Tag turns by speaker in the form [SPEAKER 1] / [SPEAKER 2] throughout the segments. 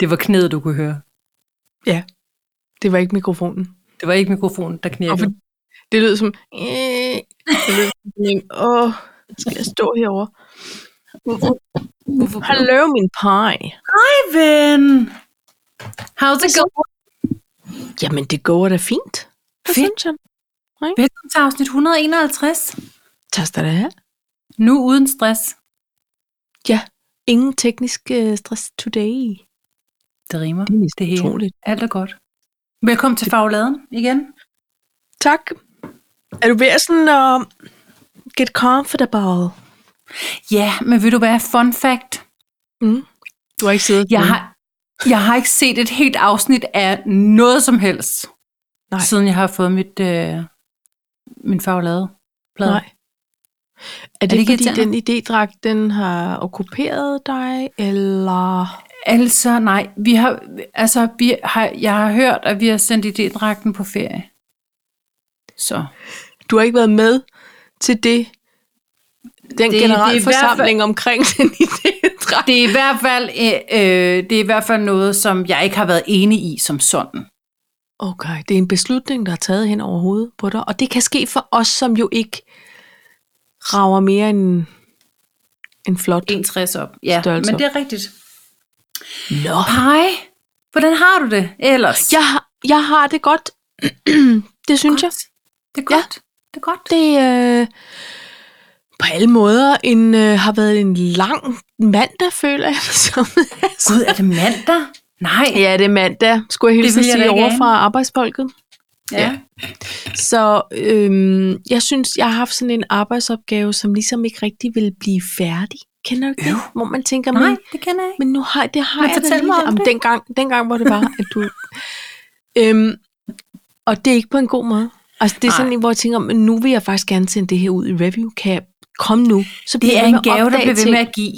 [SPEAKER 1] Det var knæet, du kunne høre.
[SPEAKER 2] Ja, det var ikke mikrofonen.
[SPEAKER 1] Det var ikke mikrofonen, der knækkede.
[SPEAKER 2] Og for- Det lød som... "Øh." Det lød som sådan en, Åh, skal jeg stå herovre?
[SPEAKER 1] Hvorfor?
[SPEAKER 2] Hallo, min pie.
[SPEAKER 1] Hej, ven! How's it going?
[SPEAKER 2] Jamen, det går da fint. Hvad
[SPEAKER 1] Fint.
[SPEAKER 2] synes jeg?
[SPEAKER 1] Velkommen til afsnit 151.
[SPEAKER 2] Tak skal du have.
[SPEAKER 1] Nu uden stress.
[SPEAKER 2] Ingen teknisk øh, stress today.
[SPEAKER 1] Det rimer.
[SPEAKER 2] Det er næsten
[SPEAKER 1] Det hele.
[SPEAKER 2] utroligt.
[SPEAKER 1] Alt er godt. Velkommen til fagladen igen.
[SPEAKER 2] Tak. Er du ved at sådan at get comfortable?
[SPEAKER 1] Ja, men vil du være fun fact?
[SPEAKER 2] Mm. Du har ikke siddet
[SPEAKER 1] Jeg har, jeg har ikke set et helt afsnit af noget som helst,
[SPEAKER 2] Nej.
[SPEAKER 1] Nej. siden jeg har fået mit, øh, min faglade plade.
[SPEAKER 2] Nej. Er det,
[SPEAKER 1] det
[SPEAKER 2] er
[SPEAKER 1] ikke
[SPEAKER 2] det fordi den
[SPEAKER 1] irriterende?
[SPEAKER 2] idédragt, den har okkuperet dig, eller...
[SPEAKER 1] Altså, nej. Vi har, altså, vi har, jeg har hørt, at vi har sendt idédragten på ferie. Så.
[SPEAKER 2] Du har ikke været med til det, den
[SPEAKER 1] det er i
[SPEAKER 2] generalforsamling omkring den idédragt.
[SPEAKER 1] Det er i hvert fald, øh, øh, det er i hvert fald noget, som jeg ikke har været enig i som sådan.
[SPEAKER 2] Okay, det er en beslutning, der er taget hen over hovedet på dig, og det kan ske for os, som jo ikke rager mere end en flot.
[SPEAKER 1] 61 op. Ja,
[SPEAKER 2] Størrelse
[SPEAKER 1] men det er rigtigt.
[SPEAKER 2] Nå.
[SPEAKER 1] Hej, hvordan har du det ellers?
[SPEAKER 2] Jeg, har- jeg har det godt. det synes jeg.
[SPEAKER 1] Det er
[SPEAKER 2] Ja.
[SPEAKER 1] godt. Det er godt.
[SPEAKER 2] det øh, på alle måder en, øh, har været en lang mandag, føler jeg. Som,
[SPEAKER 1] Gud, er det mandag? Nej.
[SPEAKER 2] ja, det er mandag, skulle jeg
[SPEAKER 1] Det
[SPEAKER 2] hilse at
[SPEAKER 1] ville jeg da
[SPEAKER 2] sige
[SPEAKER 1] ikke
[SPEAKER 2] over
[SPEAKER 1] ane.
[SPEAKER 2] fra arbejdsfolket.
[SPEAKER 1] ja.
[SPEAKER 2] Så øhm, jeg synes, jeg har haft sådan en arbejdsopgave, som ligesom ikke rigtig ville blive færdig. Kender du ikke det? Hvor man tænker,
[SPEAKER 1] Nej,
[SPEAKER 2] men,
[SPEAKER 1] det kender jeg ikke.
[SPEAKER 2] men nu har det har
[SPEAKER 1] Men
[SPEAKER 2] jeg da
[SPEAKER 1] fortæl
[SPEAKER 2] lige.
[SPEAKER 1] mig om
[SPEAKER 2] Jamen,
[SPEAKER 1] det.
[SPEAKER 2] Dengang, dengang, hvor det var, at du... øhm, og det er ikke på en god måde. Altså, det er
[SPEAKER 1] Nej.
[SPEAKER 2] sådan en, hvor jeg tænker, men nu vil jeg faktisk gerne sende det her ud i review. Kan jeg komme nu? Så
[SPEAKER 1] Det
[SPEAKER 2] bliver
[SPEAKER 1] er
[SPEAKER 2] jeg
[SPEAKER 1] en
[SPEAKER 2] med at
[SPEAKER 1] gave, der
[SPEAKER 2] opdage
[SPEAKER 1] bliver ved
[SPEAKER 2] ting.
[SPEAKER 1] med at give.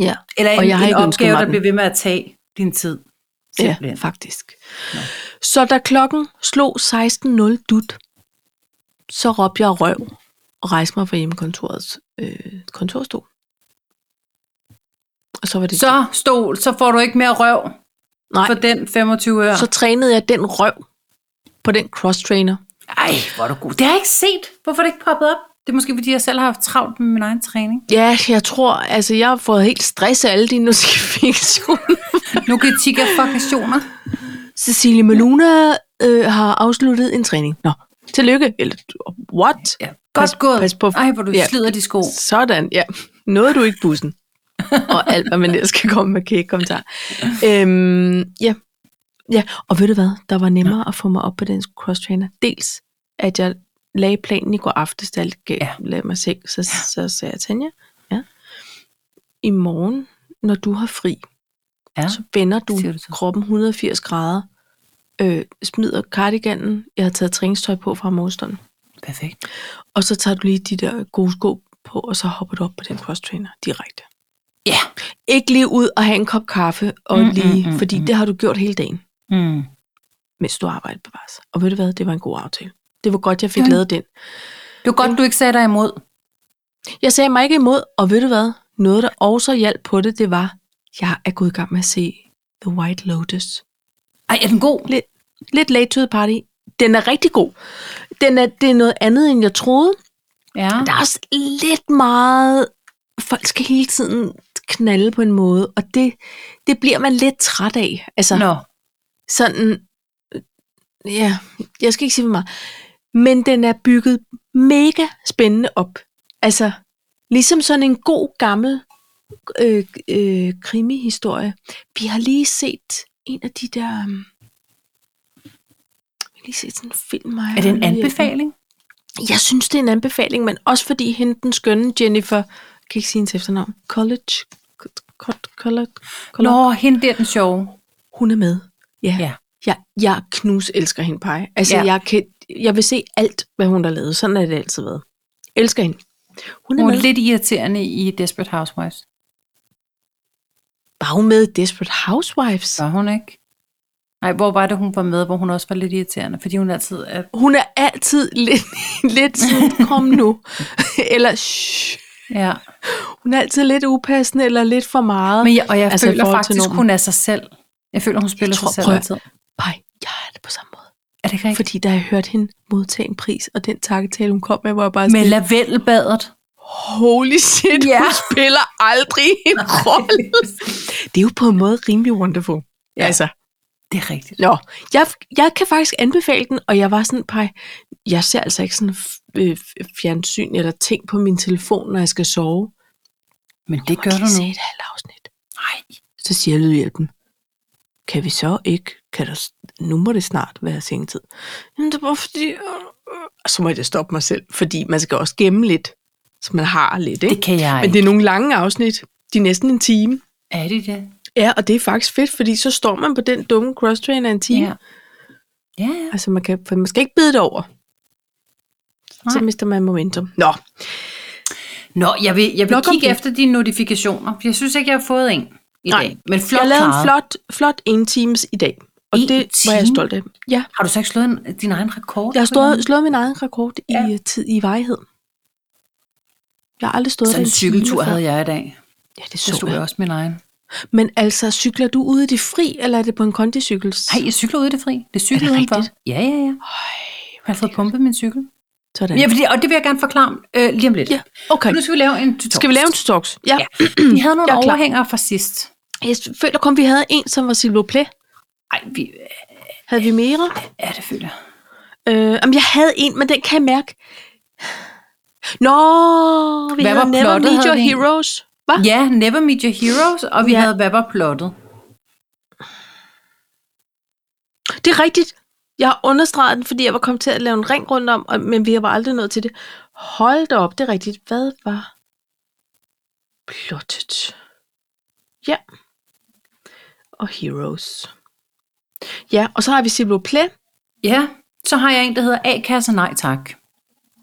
[SPEAKER 2] Ja,
[SPEAKER 1] Eller en,
[SPEAKER 2] Og jeg har
[SPEAKER 1] en
[SPEAKER 2] ikke ønsket
[SPEAKER 1] opgave,
[SPEAKER 2] mig
[SPEAKER 1] der
[SPEAKER 2] den.
[SPEAKER 1] bliver ved med at tage din tid. Simpelthen.
[SPEAKER 2] ja faktisk. Så da klokken slog 16.00 dut, så råbte jeg røv og rejste mig fra hjemmekontorets øh, kontorstol. Og så var det
[SPEAKER 1] Så stol, så får du ikke mere røv
[SPEAKER 2] Nej,
[SPEAKER 1] for den 25 øre.
[SPEAKER 2] så trænede jeg den røv på den cross-trainer.
[SPEAKER 1] Ej, hvor er du god. Det har jeg ikke set. Hvorfor er det ikke poppet op? Det er måske, fordi jeg selv har haft travlt med min egen træning.
[SPEAKER 2] Ja, jeg tror, altså jeg har fået helt stress af alle de notifikationer.
[SPEAKER 1] Nu kan jeg tikke fuckationer.
[SPEAKER 2] Cecilie Maluna øh, har afsluttet en træning. Nå, tillykke. Eller, what?
[SPEAKER 1] Ja. Godt
[SPEAKER 2] Pas-
[SPEAKER 1] gået.
[SPEAKER 2] pas på-
[SPEAKER 1] Ej, hvor du
[SPEAKER 2] Ja.
[SPEAKER 1] slider de sko.
[SPEAKER 2] Sådan, ja. Nåede du ikke bussen? og alt, hvad man ellers kan komme med, kan ikke kommentar. Øhm, ja. ja, og ved du hvad? Der var nemmere at få mig op på den cross-trainer. Dels, at jeg lagde planen i går aftes, da jeg gav,
[SPEAKER 1] Ja.
[SPEAKER 2] lagde mig seng, så, så sagde jeg, Tanja, ja. i morgen, når du har fri,
[SPEAKER 1] Ja.
[SPEAKER 2] så vender du
[SPEAKER 1] siger du så.
[SPEAKER 2] kroppen 180 grader, øh, smider cardiganen, jeg har taget træningstøj på fra morgenstunden,
[SPEAKER 1] Perfekt.
[SPEAKER 2] og så tager du lige de der gode sko på, og så hopper du op på den cross-trainer direkte.
[SPEAKER 1] Ja.
[SPEAKER 2] Ikke lige ud og have en kop kaffe, og
[SPEAKER 1] Mm,
[SPEAKER 2] mm,
[SPEAKER 1] mm,
[SPEAKER 2] lige,
[SPEAKER 1] mm,
[SPEAKER 2] mm, fordi
[SPEAKER 1] mm.
[SPEAKER 2] mm. det har du gjort hele dagen,
[SPEAKER 1] Mm.
[SPEAKER 2] mens du arbejdede på Vars. Og ved du hvad, det var en god aftale. Det var godt, jeg fik
[SPEAKER 1] Ja.
[SPEAKER 2] ja. lavet den.
[SPEAKER 1] Det var godt, du ikke sagde dig imod.
[SPEAKER 2] Jeg sagde mig ikke imod, og ved du hvad, noget der også hjalp på det, det var, jeg er gået i gang med at se The White Lotus.
[SPEAKER 1] Ej, er den god?
[SPEAKER 2] lidt, lidt late to the party. Den er rigtig god. Den er, det er noget andet, end jeg troede.
[SPEAKER 1] Ja.
[SPEAKER 2] Der er også lidt meget... Folk skal hele tiden knalde på en måde, og det, det bliver man lidt træt af. Altså,
[SPEAKER 1] Nå.
[SPEAKER 2] sådan... Ja, jeg skal ikke sige for meget. Men den er bygget mega spændende op. Altså, ligesom sådan en god gammel øh, øh, krimihistorie. Vi har lige set en af de der... øhm, Vi har lige set sådan en film. Maja.
[SPEAKER 1] Er det en anbefaling?
[SPEAKER 2] Jeg synes, det er en anbefaling, men også fordi hende den skønne Jennifer... Jeg kan ikke sige hendes efternavn. College... College... College, College.
[SPEAKER 1] Nå, hende der den sjove.
[SPEAKER 2] Hun er med. Ja.
[SPEAKER 1] Ja.
[SPEAKER 2] ja. Jeg, jeg knus elsker hende, Paj. Altså,
[SPEAKER 1] Ja.
[SPEAKER 2] ja. jeg, kan, jeg vil se alt, hvad hun har lavet. Sådan har det altid været. Elsker hende. Hun er
[SPEAKER 1] Hun
[SPEAKER 2] hun
[SPEAKER 1] er
[SPEAKER 2] med. Lidt...
[SPEAKER 1] lidt irriterende i Desperate Housewives.
[SPEAKER 2] Var hun med i Desperate Housewives? Ja.
[SPEAKER 1] Var hun ikke? Nej, hvor var det, hun var med, hvor hun også var lidt irriterende? Fordi hun altid er...
[SPEAKER 2] Hun er altid lidt, lidt sådan, kom nu. Eller, shh.
[SPEAKER 1] Ja.
[SPEAKER 2] Hun er altid lidt upassende eller lidt for meget.
[SPEAKER 1] Men jeg, og jeg
[SPEAKER 2] Altså,
[SPEAKER 1] altså,
[SPEAKER 2] i
[SPEAKER 1] føler
[SPEAKER 2] forhold til
[SPEAKER 1] faktisk,
[SPEAKER 2] nummer.
[SPEAKER 1] hun er sig selv. Jeg føler, hun spiller
[SPEAKER 2] tror-
[SPEAKER 1] sig selv
[SPEAKER 2] prøv at-
[SPEAKER 1] altid.
[SPEAKER 2] Nej, jeg er det på samme måde.
[SPEAKER 1] Er det ikke rigtigt?
[SPEAKER 2] Fordi da jeg hørte hende modtage en pris, og den takketale, hun kom med, var jeg bare
[SPEAKER 1] Med
[SPEAKER 2] sådan,
[SPEAKER 1] lavendelbadet.
[SPEAKER 2] holy shit,
[SPEAKER 1] Ja.
[SPEAKER 2] hun spiller aldrig en rolle. Det er jo på en måde rimelig wonderful. Ja.
[SPEAKER 1] Ja.
[SPEAKER 2] Altså,
[SPEAKER 1] Det er rigtigt.
[SPEAKER 2] Nå, jeg, jeg kan faktisk anbefale den, og jeg var sådan, pej, jeg ser altså ikke sådan øh, fjernsyn eller ting på min telefon, når jeg skal sove.
[SPEAKER 1] Men det
[SPEAKER 2] Man
[SPEAKER 1] gør
[SPEAKER 2] kan
[SPEAKER 1] du
[SPEAKER 2] ikke
[SPEAKER 1] nu.
[SPEAKER 2] se et halvt afsnit.
[SPEAKER 1] Nej.
[SPEAKER 2] Så siger lydhjælpen, kan vi så ikke, kan der, s- nu må det snart være sengetid. Jamen, det var fordi, øh, øh. Og så må jeg da stoppe mig selv, fordi man skal også gemme lidt, så man har lidt, ikke?
[SPEAKER 1] Det kan jeg
[SPEAKER 2] Men
[SPEAKER 1] ikke.
[SPEAKER 2] det er nogle lange afsnit, de er næsten en time.
[SPEAKER 1] Er det det?
[SPEAKER 2] Ja, og det er faktisk fedt, fordi så står man på den dumme cross-trainer en time,
[SPEAKER 1] Ja. Ja, ja.
[SPEAKER 2] Altså, man, kan, for man skal ikke bide det over. Nej. Så
[SPEAKER 1] Nej.
[SPEAKER 2] mister man momentum. Nå,
[SPEAKER 1] Nå, jeg vil, jeg vil
[SPEAKER 2] Nok om
[SPEAKER 1] kigge
[SPEAKER 2] det.
[SPEAKER 1] efter dine notifikationer. Jeg synes ikke, jeg har fået en i
[SPEAKER 2] Nej.
[SPEAKER 1] dag. Men flot
[SPEAKER 2] jeg lavede en
[SPEAKER 1] klaret.
[SPEAKER 2] flot, flot en times i dag. Og
[SPEAKER 1] En
[SPEAKER 2] det var jeg
[SPEAKER 1] time?
[SPEAKER 2] stolt af. Ja,
[SPEAKER 1] Har du så ikke slået en, din egen rekord?
[SPEAKER 2] jeg har
[SPEAKER 1] på den?
[SPEAKER 2] stået, slået min egen rekord ja.
[SPEAKER 1] Ja.
[SPEAKER 2] i øh, tid i vejhed. Jeg har aldrig stået
[SPEAKER 1] Sådan en
[SPEAKER 2] ved time
[SPEAKER 1] cykeltur
[SPEAKER 2] før.
[SPEAKER 1] havde jeg i dag.
[SPEAKER 2] Ja, det
[SPEAKER 1] Så
[SPEAKER 2] så
[SPEAKER 1] stod jeg
[SPEAKER 2] jeg.
[SPEAKER 1] også min egen.
[SPEAKER 2] Men altså, cykler du ude i det fri, eller er det på en kondicykel?
[SPEAKER 1] Nej, jeg cykler ude i det fri. Det cykler udenfor.
[SPEAKER 2] rigtigt?
[SPEAKER 1] Ja, ja, ja. Jeg har fået pumpet min cykel.
[SPEAKER 2] Sådan.
[SPEAKER 1] Ja, fordi, og det vil jeg gerne forklare øh, lige om lidt.
[SPEAKER 2] Ja, okay.
[SPEAKER 1] Nu skal vi lave en tutorial.
[SPEAKER 2] Skal vi lave en talks? Ja.
[SPEAKER 1] Ja. Vi havde nogle
[SPEAKER 2] Jeg er klar.
[SPEAKER 1] overhængere fra sidst.
[SPEAKER 2] Jeg føler kun, vi havde en, som var Silvo Play.
[SPEAKER 1] Ej, vi,
[SPEAKER 2] Havde vi mere?
[SPEAKER 1] ja, det føler jeg.
[SPEAKER 2] Øh, om jeg havde en, men den kan jeg mærke. Nå, vi
[SPEAKER 1] Hvad
[SPEAKER 2] havde
[SPEAKER 1] var
[SPEAKER 2] Never
[SPEAKER 1] plottet,
[SPEAKER 2] Meet
[SPEAKER 1] havde
[SPEAKER 2] Your
[SPEAKER 1] vi en?
[SPEAKER 2] Heroes. Hva?
[SPEAKER 1] Ja, Never Meet Your Heroes, og vi
[SPEAKER 2] Ah. Ja.
[SPEAKER 1] ja. havde Hvad var plottet?
[SPEAKER 2] Det er rigtigt. Jeg har understreget den, fordi jeg var kommet til at lave en ring rundt om, og, men vi var aldrig nået til det. Hold da op, det er rigtigt. Hvad var plottet? Ja. Og Heroes. Ja, og så har vi Silvo Play.
[SPEAKER 1] Ja, så har jeg en, der hedder A-kasse Nej Tak.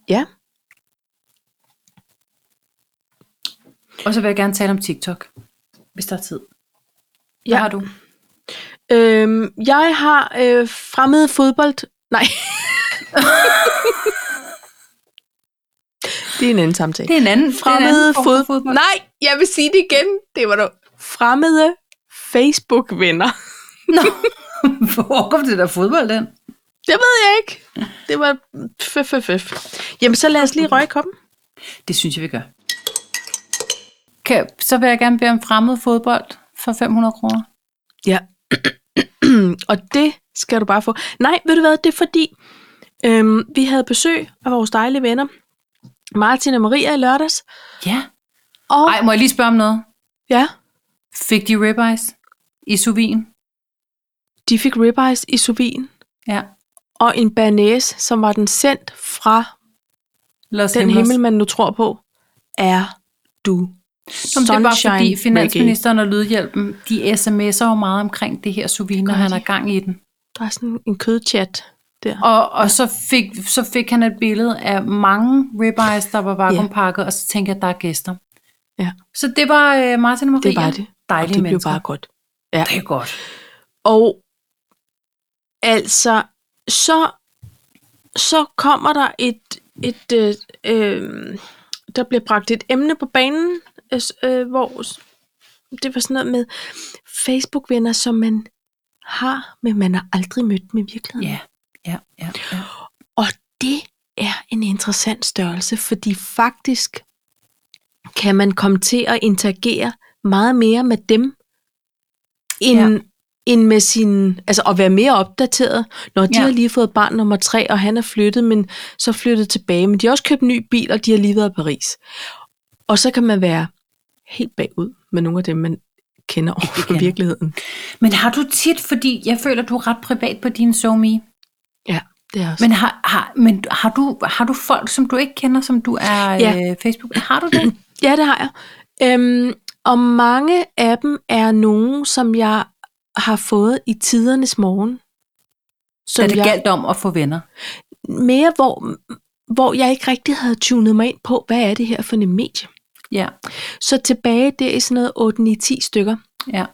[SPEAKER 2] Ja.
[SPEAKER 1] Og så vil jeg gerne tale om TikTok, hvis der er tid. Hvad
[SPEAKER 2] Ja.
[SPEAKER 1] har du?
[SPEAKER 2] Øhm, jeg har øh, fremmede fodbold. Nej. det er en anden samtale.
[SPEAKER 1] Det er en anden
[SPEAKER 2] fremmede
[SPEAKER 1] form for
[SPEAKER 2] fod... fodbold. Nej, jeg vil sige det igen. Det var du. Fremmede Facebook-venner.
[SPEAKER 1] Nå, hvor kom det der fodbold den?
[SPEAKER 2] Det ved jeg ikke. Det var føf, føf, føf. Jamen, så lad os lige røge koppen.
[SPEAKER 1] Det synes jeg, vi gør. Kan, så vil jeg gerne bede om fremmed fodbold for 500 kroner.
[SPEAKER 2] Ja. og det skal du bare få. Nej, ved du hvad, det er fordi, øhm, vi havde besøg af vores dejlige venner, Martin og Maria i lørdags.
[SPEAKER 1] Ja.
[SPEAKER 2] Og,
[SPEAKER 1] Ej, må jeg lige spørge om noget?
[SPEAKER 2] ja,
[SPEAKER 1] Fik de ribeyes i suvin?
[SPEAKER 2] de fik ribeyes i sovin
[SPEAKER 1] Ja.
[SPEAKER 2] og en banæs, som var den sendt fra
[SPEAKER 1] Los
[SPEAKER 2] den
[SPEAKER 1] Himlers.
[SPEAKER 2] himmel, man nu tror på, er du
[SPEAKER 1] Nå, men det var
[SPEAKER 2] Sunshine
[SPEAKER 1] fordi
[SPEAKER 2] Reggae.
[SPEAKER 1] finansministeren og Lydhjælpen, de sms'er jo meget omkring det her suvin, når
[SPEAKER 2] Gør
[SPEAKER 1] han
[SPEAKER 2] de?
[SPEAKER 1] er gang i den.
[SPEAKER 2] Der er sådan en kødchat der.
[SPEAKER 1] Og, og så, fik, så fik han et billede af mange ribeyes, der var vakuumpakket, og så tænkte jeg, at der er gæster.
[SPEAKER 2] Ja.
[SPEAKER 1] Så det var øh, Martin og Maria.
[SPEAKER 2] Det var det. Og
[SPEAKER 1] Dejlige
[SPEAKER 2] det blev
[SPEAKER 1] mennesker.
[SPEAKER 2] bare godt. Ja.
[SPEAKER 1] Det er godt.
[SPEAKER 2] Og altså, så, så kommer der et, et øh, øh, der bliver bragt et emne på banen, øh, s- øh, hvor s- det var sådan noget med Facebook-venner, som man har, men man har aldrig mødt med virkeligheden.
[SPEAKER 1] Ja, ja, ja. ja.
[SPEAKER 2] Og det er en interessant størrelse, fordi faktisk kan man komme til at interagere meget mere med dem, end, ja.
[SPEAKER 1] Ja.
[SPEAKER 2] end med sin, altså at være mere opdateret. Når de ja.
[SPEAKER 1] Ja.
[SPEAKER 2] har lige fået barn nummer tre, og han er flyttet, men så flyttet tilbage, men de har også købt en ny bil, og de har lige været i Paris. Og så kan man være helt bagud med nogle af dem, man kender over for
[SPEAKER 1] kender.
[SPEAKER 2] virkeligheden.
[SPEAKER 1] Men har du tit, fordi jeg føler, du er ret privat på din SoMe,
[SPEAKER 2] Ja, det er også.
[SPEAKER 1] men, har, har, men har, du, har du folk, som du ikke kender, som du er
[SPEAKER 2] Ja.
[SPEAKER 1] ja. øh, Facebook? Har du det?
[SPEAKER 2] Ja, det har jeg. Øhm, og mange af dem er nogen, som jeg har fået i tidernes morgen.
[SPEAKER 1] Så
[SPEAKER 2] Som
[SPEAKER 1] det
[SPEAKER 2] jeg,
[SPEAKER 1] galt om at få venner.
[SPEAKER 2] mere hvor, hvor jeg ikke rigtig havde tunet mig ind på, hvad er det her for en medie.
[SPEAKER 1] Ja,
[SPEAKER 2] Så tilbage der i sådan noget 8-9-10 stykker.
[SPEAKER 1] ja.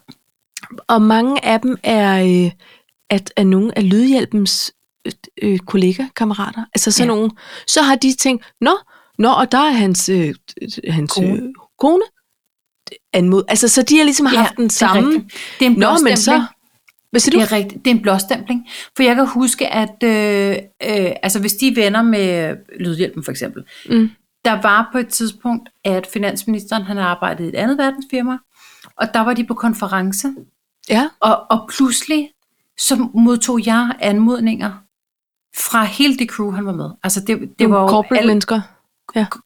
[SPEAKER 2] Og mange af dem er, øh, at, er nogle af lydhjælpens øh, øh, kollegaer, kammerater. Altså sådan ja.
[SPEAKER 1] Ja.
[SPEAKER 2] nogle. Så har de tænkt, nå, Nå, og der er hans, øh, t- hans
[SPEAKER 1] Kone.
[SPEAKER 2] kone. Øh, kone anmod. Altså, så de har ligesom
[SPEAKER 1] Ja,
[SPEAKER 2] haft den
[SPEAKER 1] det er
[SPEAKER 2] samme.
[SPEAKER 1] rigtigt. Det er en
[SPEAKER 2] Nå, men
[SPEAKER 1] blåstempling.
[SPEAKER 2] så... Hvad siger du?
[SPEAKER 1] Det er rigtigt. Det er en blåstempling. For jeg kan huske, at øh, øh, altså hvis de er venner med øh, Lydhjælpen for eksempel,
[SPEAKER 2] Mm.
[SPEAKER 1] der var på et tidspunkt, at finansministeren han arbejdede i et andet verdensfirma, og der var de på konference,
[SPEAKER 2] Ja.
[SPEAKER 1] og, og pludselig så modtog jeg anmodninger fra hele det crew, han var med. Altså det, det var jo
[SPEAKER 2] corporate
[SPEAKER 1] alle-
[SPEAKER 2] mennesker.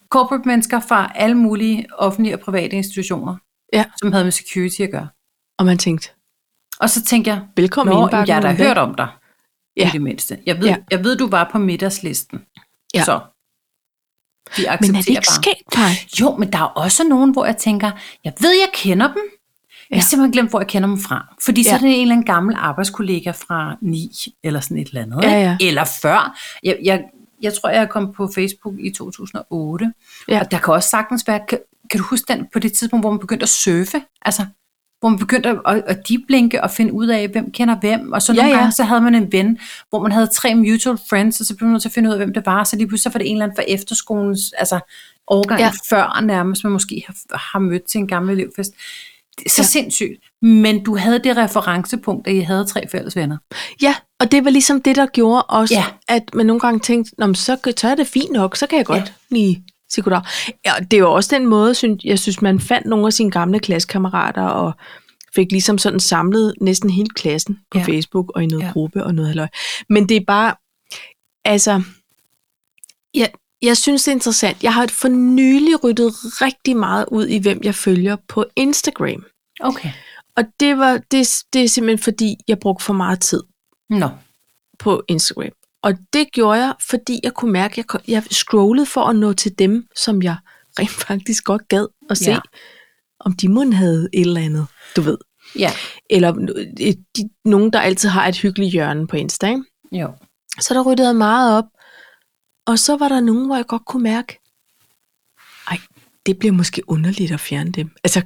[SPEAKER 1] corporate mennesker fra alle mulige offentlige og private institutioner,
[SPEAKER 2] Ja.
[SPEAKER 1] som havde med security at gøre.
[SPEAKER 2] Og man tænkte,
[SPEAKER 1] Og så tænkte jeg,
[SPEAKER 2] velkommen
[SPEAKER 1] Nå, jamen,
[SPEAKER 2] indbakken.
[SPEAKER 1] jeg har da
[SPEAKER 2] Ulrik.
[SPEAKER 1] hørt om dig. Ja. I
[SPEAKER 2] Ja.
[SPEAKER 1] det mindste. Jeg ved, ja.
[SPEAKER 2] Ja.
[SPEAKER 1] jeg ved, du var på middagslisten.
[SPEAKER 2] Ja.
[SPEAKER 1] Så. De
[SPEAKER 2] Men
[SPEAKER 1] accepterer
[SPEAKER 2] er det ikke
[SPEAKER 1] bare.
[SPEAKER 2] sket, Paj?
[SPEAKER 1] Jo, men der er også nogen, hvor jeg tænker, jeg ved, jeg kender dem. Jeg har
[SPEAKER 2] Ja.
[SPEAKER 1] simpelthen glemt, hvor jeg kender dem fra. Fordi så
[SPEAKER 2] Ja.
[SPEAKER 1] er det en eller anden gammel arbejdskollega fra 9, eller sådan et eller andet.
[SPEAKER 2] Ja,
[SPEAKER 1] ikke?
[SPEAKER 2] ja.
[SPEAKER 1] Eller før. Jeg, jeg, jeg tror, jeg kom på Facebook i 2008.
[SPEAKER 2] Ja.
[SPEAKER 1] Og der kan også sagtens være, kan, kan du huske den på det tidspunkt, hvor man begyndte at surfe? Altså, hvor man begyndte at, at, at deeplinke og finde ud af, hvem kender hvem. Og så
[SPEAKER 2] Ja,
[SPEAKER 1] nogle
[SPEAKER 2] ja.
[SPEAKER 1] gange, så havde man en ven, hvor man havde tre mutual friends, og så blev man nødt til at finde ud af, hvem det var. Så lige pludselig så var det en eller anden fra efterskolens, altså årgang ja.
[SPEAKER 2] Ja.
[SPEAKER 1] før nærmest, man måske har, har mødt til en gammel elevfest. Det er så ja.
[SPEAKER 2] Ja.
[SPEAKER 1] sindssygt. Men du havde det referencepunkt, at I havde tre fælles venner.
[SPEAKER 2] Ja, og det var ligesom det, der gjorde også,
[SPEAKER 1] Ja.
[SPEAKER 2] ja. at man nogle gange tænkte, Nå, men så, kan- så er det fint nok, så kan jeg godt
[SPEAKER 1] Ja.
[SPEAKER 2] ja. lige sige goddag. Ja, og det er jo også den måde, synes, jeg synes, man fandt nogle af sine gamle klassekammerater, og fik ligesom sådan samlet næsten hele klassen på
[SPEAKER 1] Ja.
[SPEAKER 2] ja. Facebook og i noget
[SPEAKER 1] Ja.
[SPEAKER 2] ja. gruppe og noget halløj. Men det er bare, altså, jeg, jeg synes, det er interessant. Jeg har for nylig ryttet rigtig meget ud i, hvem jeg følger på Instagram.
[SPEAKER 1] Okay.
[SPEAKER 2] Og det, var, det, det er simpelthen fordi, jeg brugte for meget tid
[SPEAKER 1] Nå.
[SPEAKER 2] på Instagram. Og det gjorde jeg, fordi jeg kunne mærke, at jeg, kom- jeg scrollede for at nå til dem, som jeg rent faktisk godt gad at se,
[SPEAKER 1] Ja.
[SPEAKER 2] ja. om de mund havde et eller andet, du ved.
[SPEAKER 1] Ja.
[SPEAKER 2] Eller no- et- de, nogen, der altid har et hyggeligt hjørne på Insta. Ikke?
[SPEAKER 1] Jo.
[SPEAKER 2] Så der ryddede jeg meget op. Og så var der nogen, hvor jeg godt kunne mærke, ej, det bliver måske underligt at fjerne dem. Altså,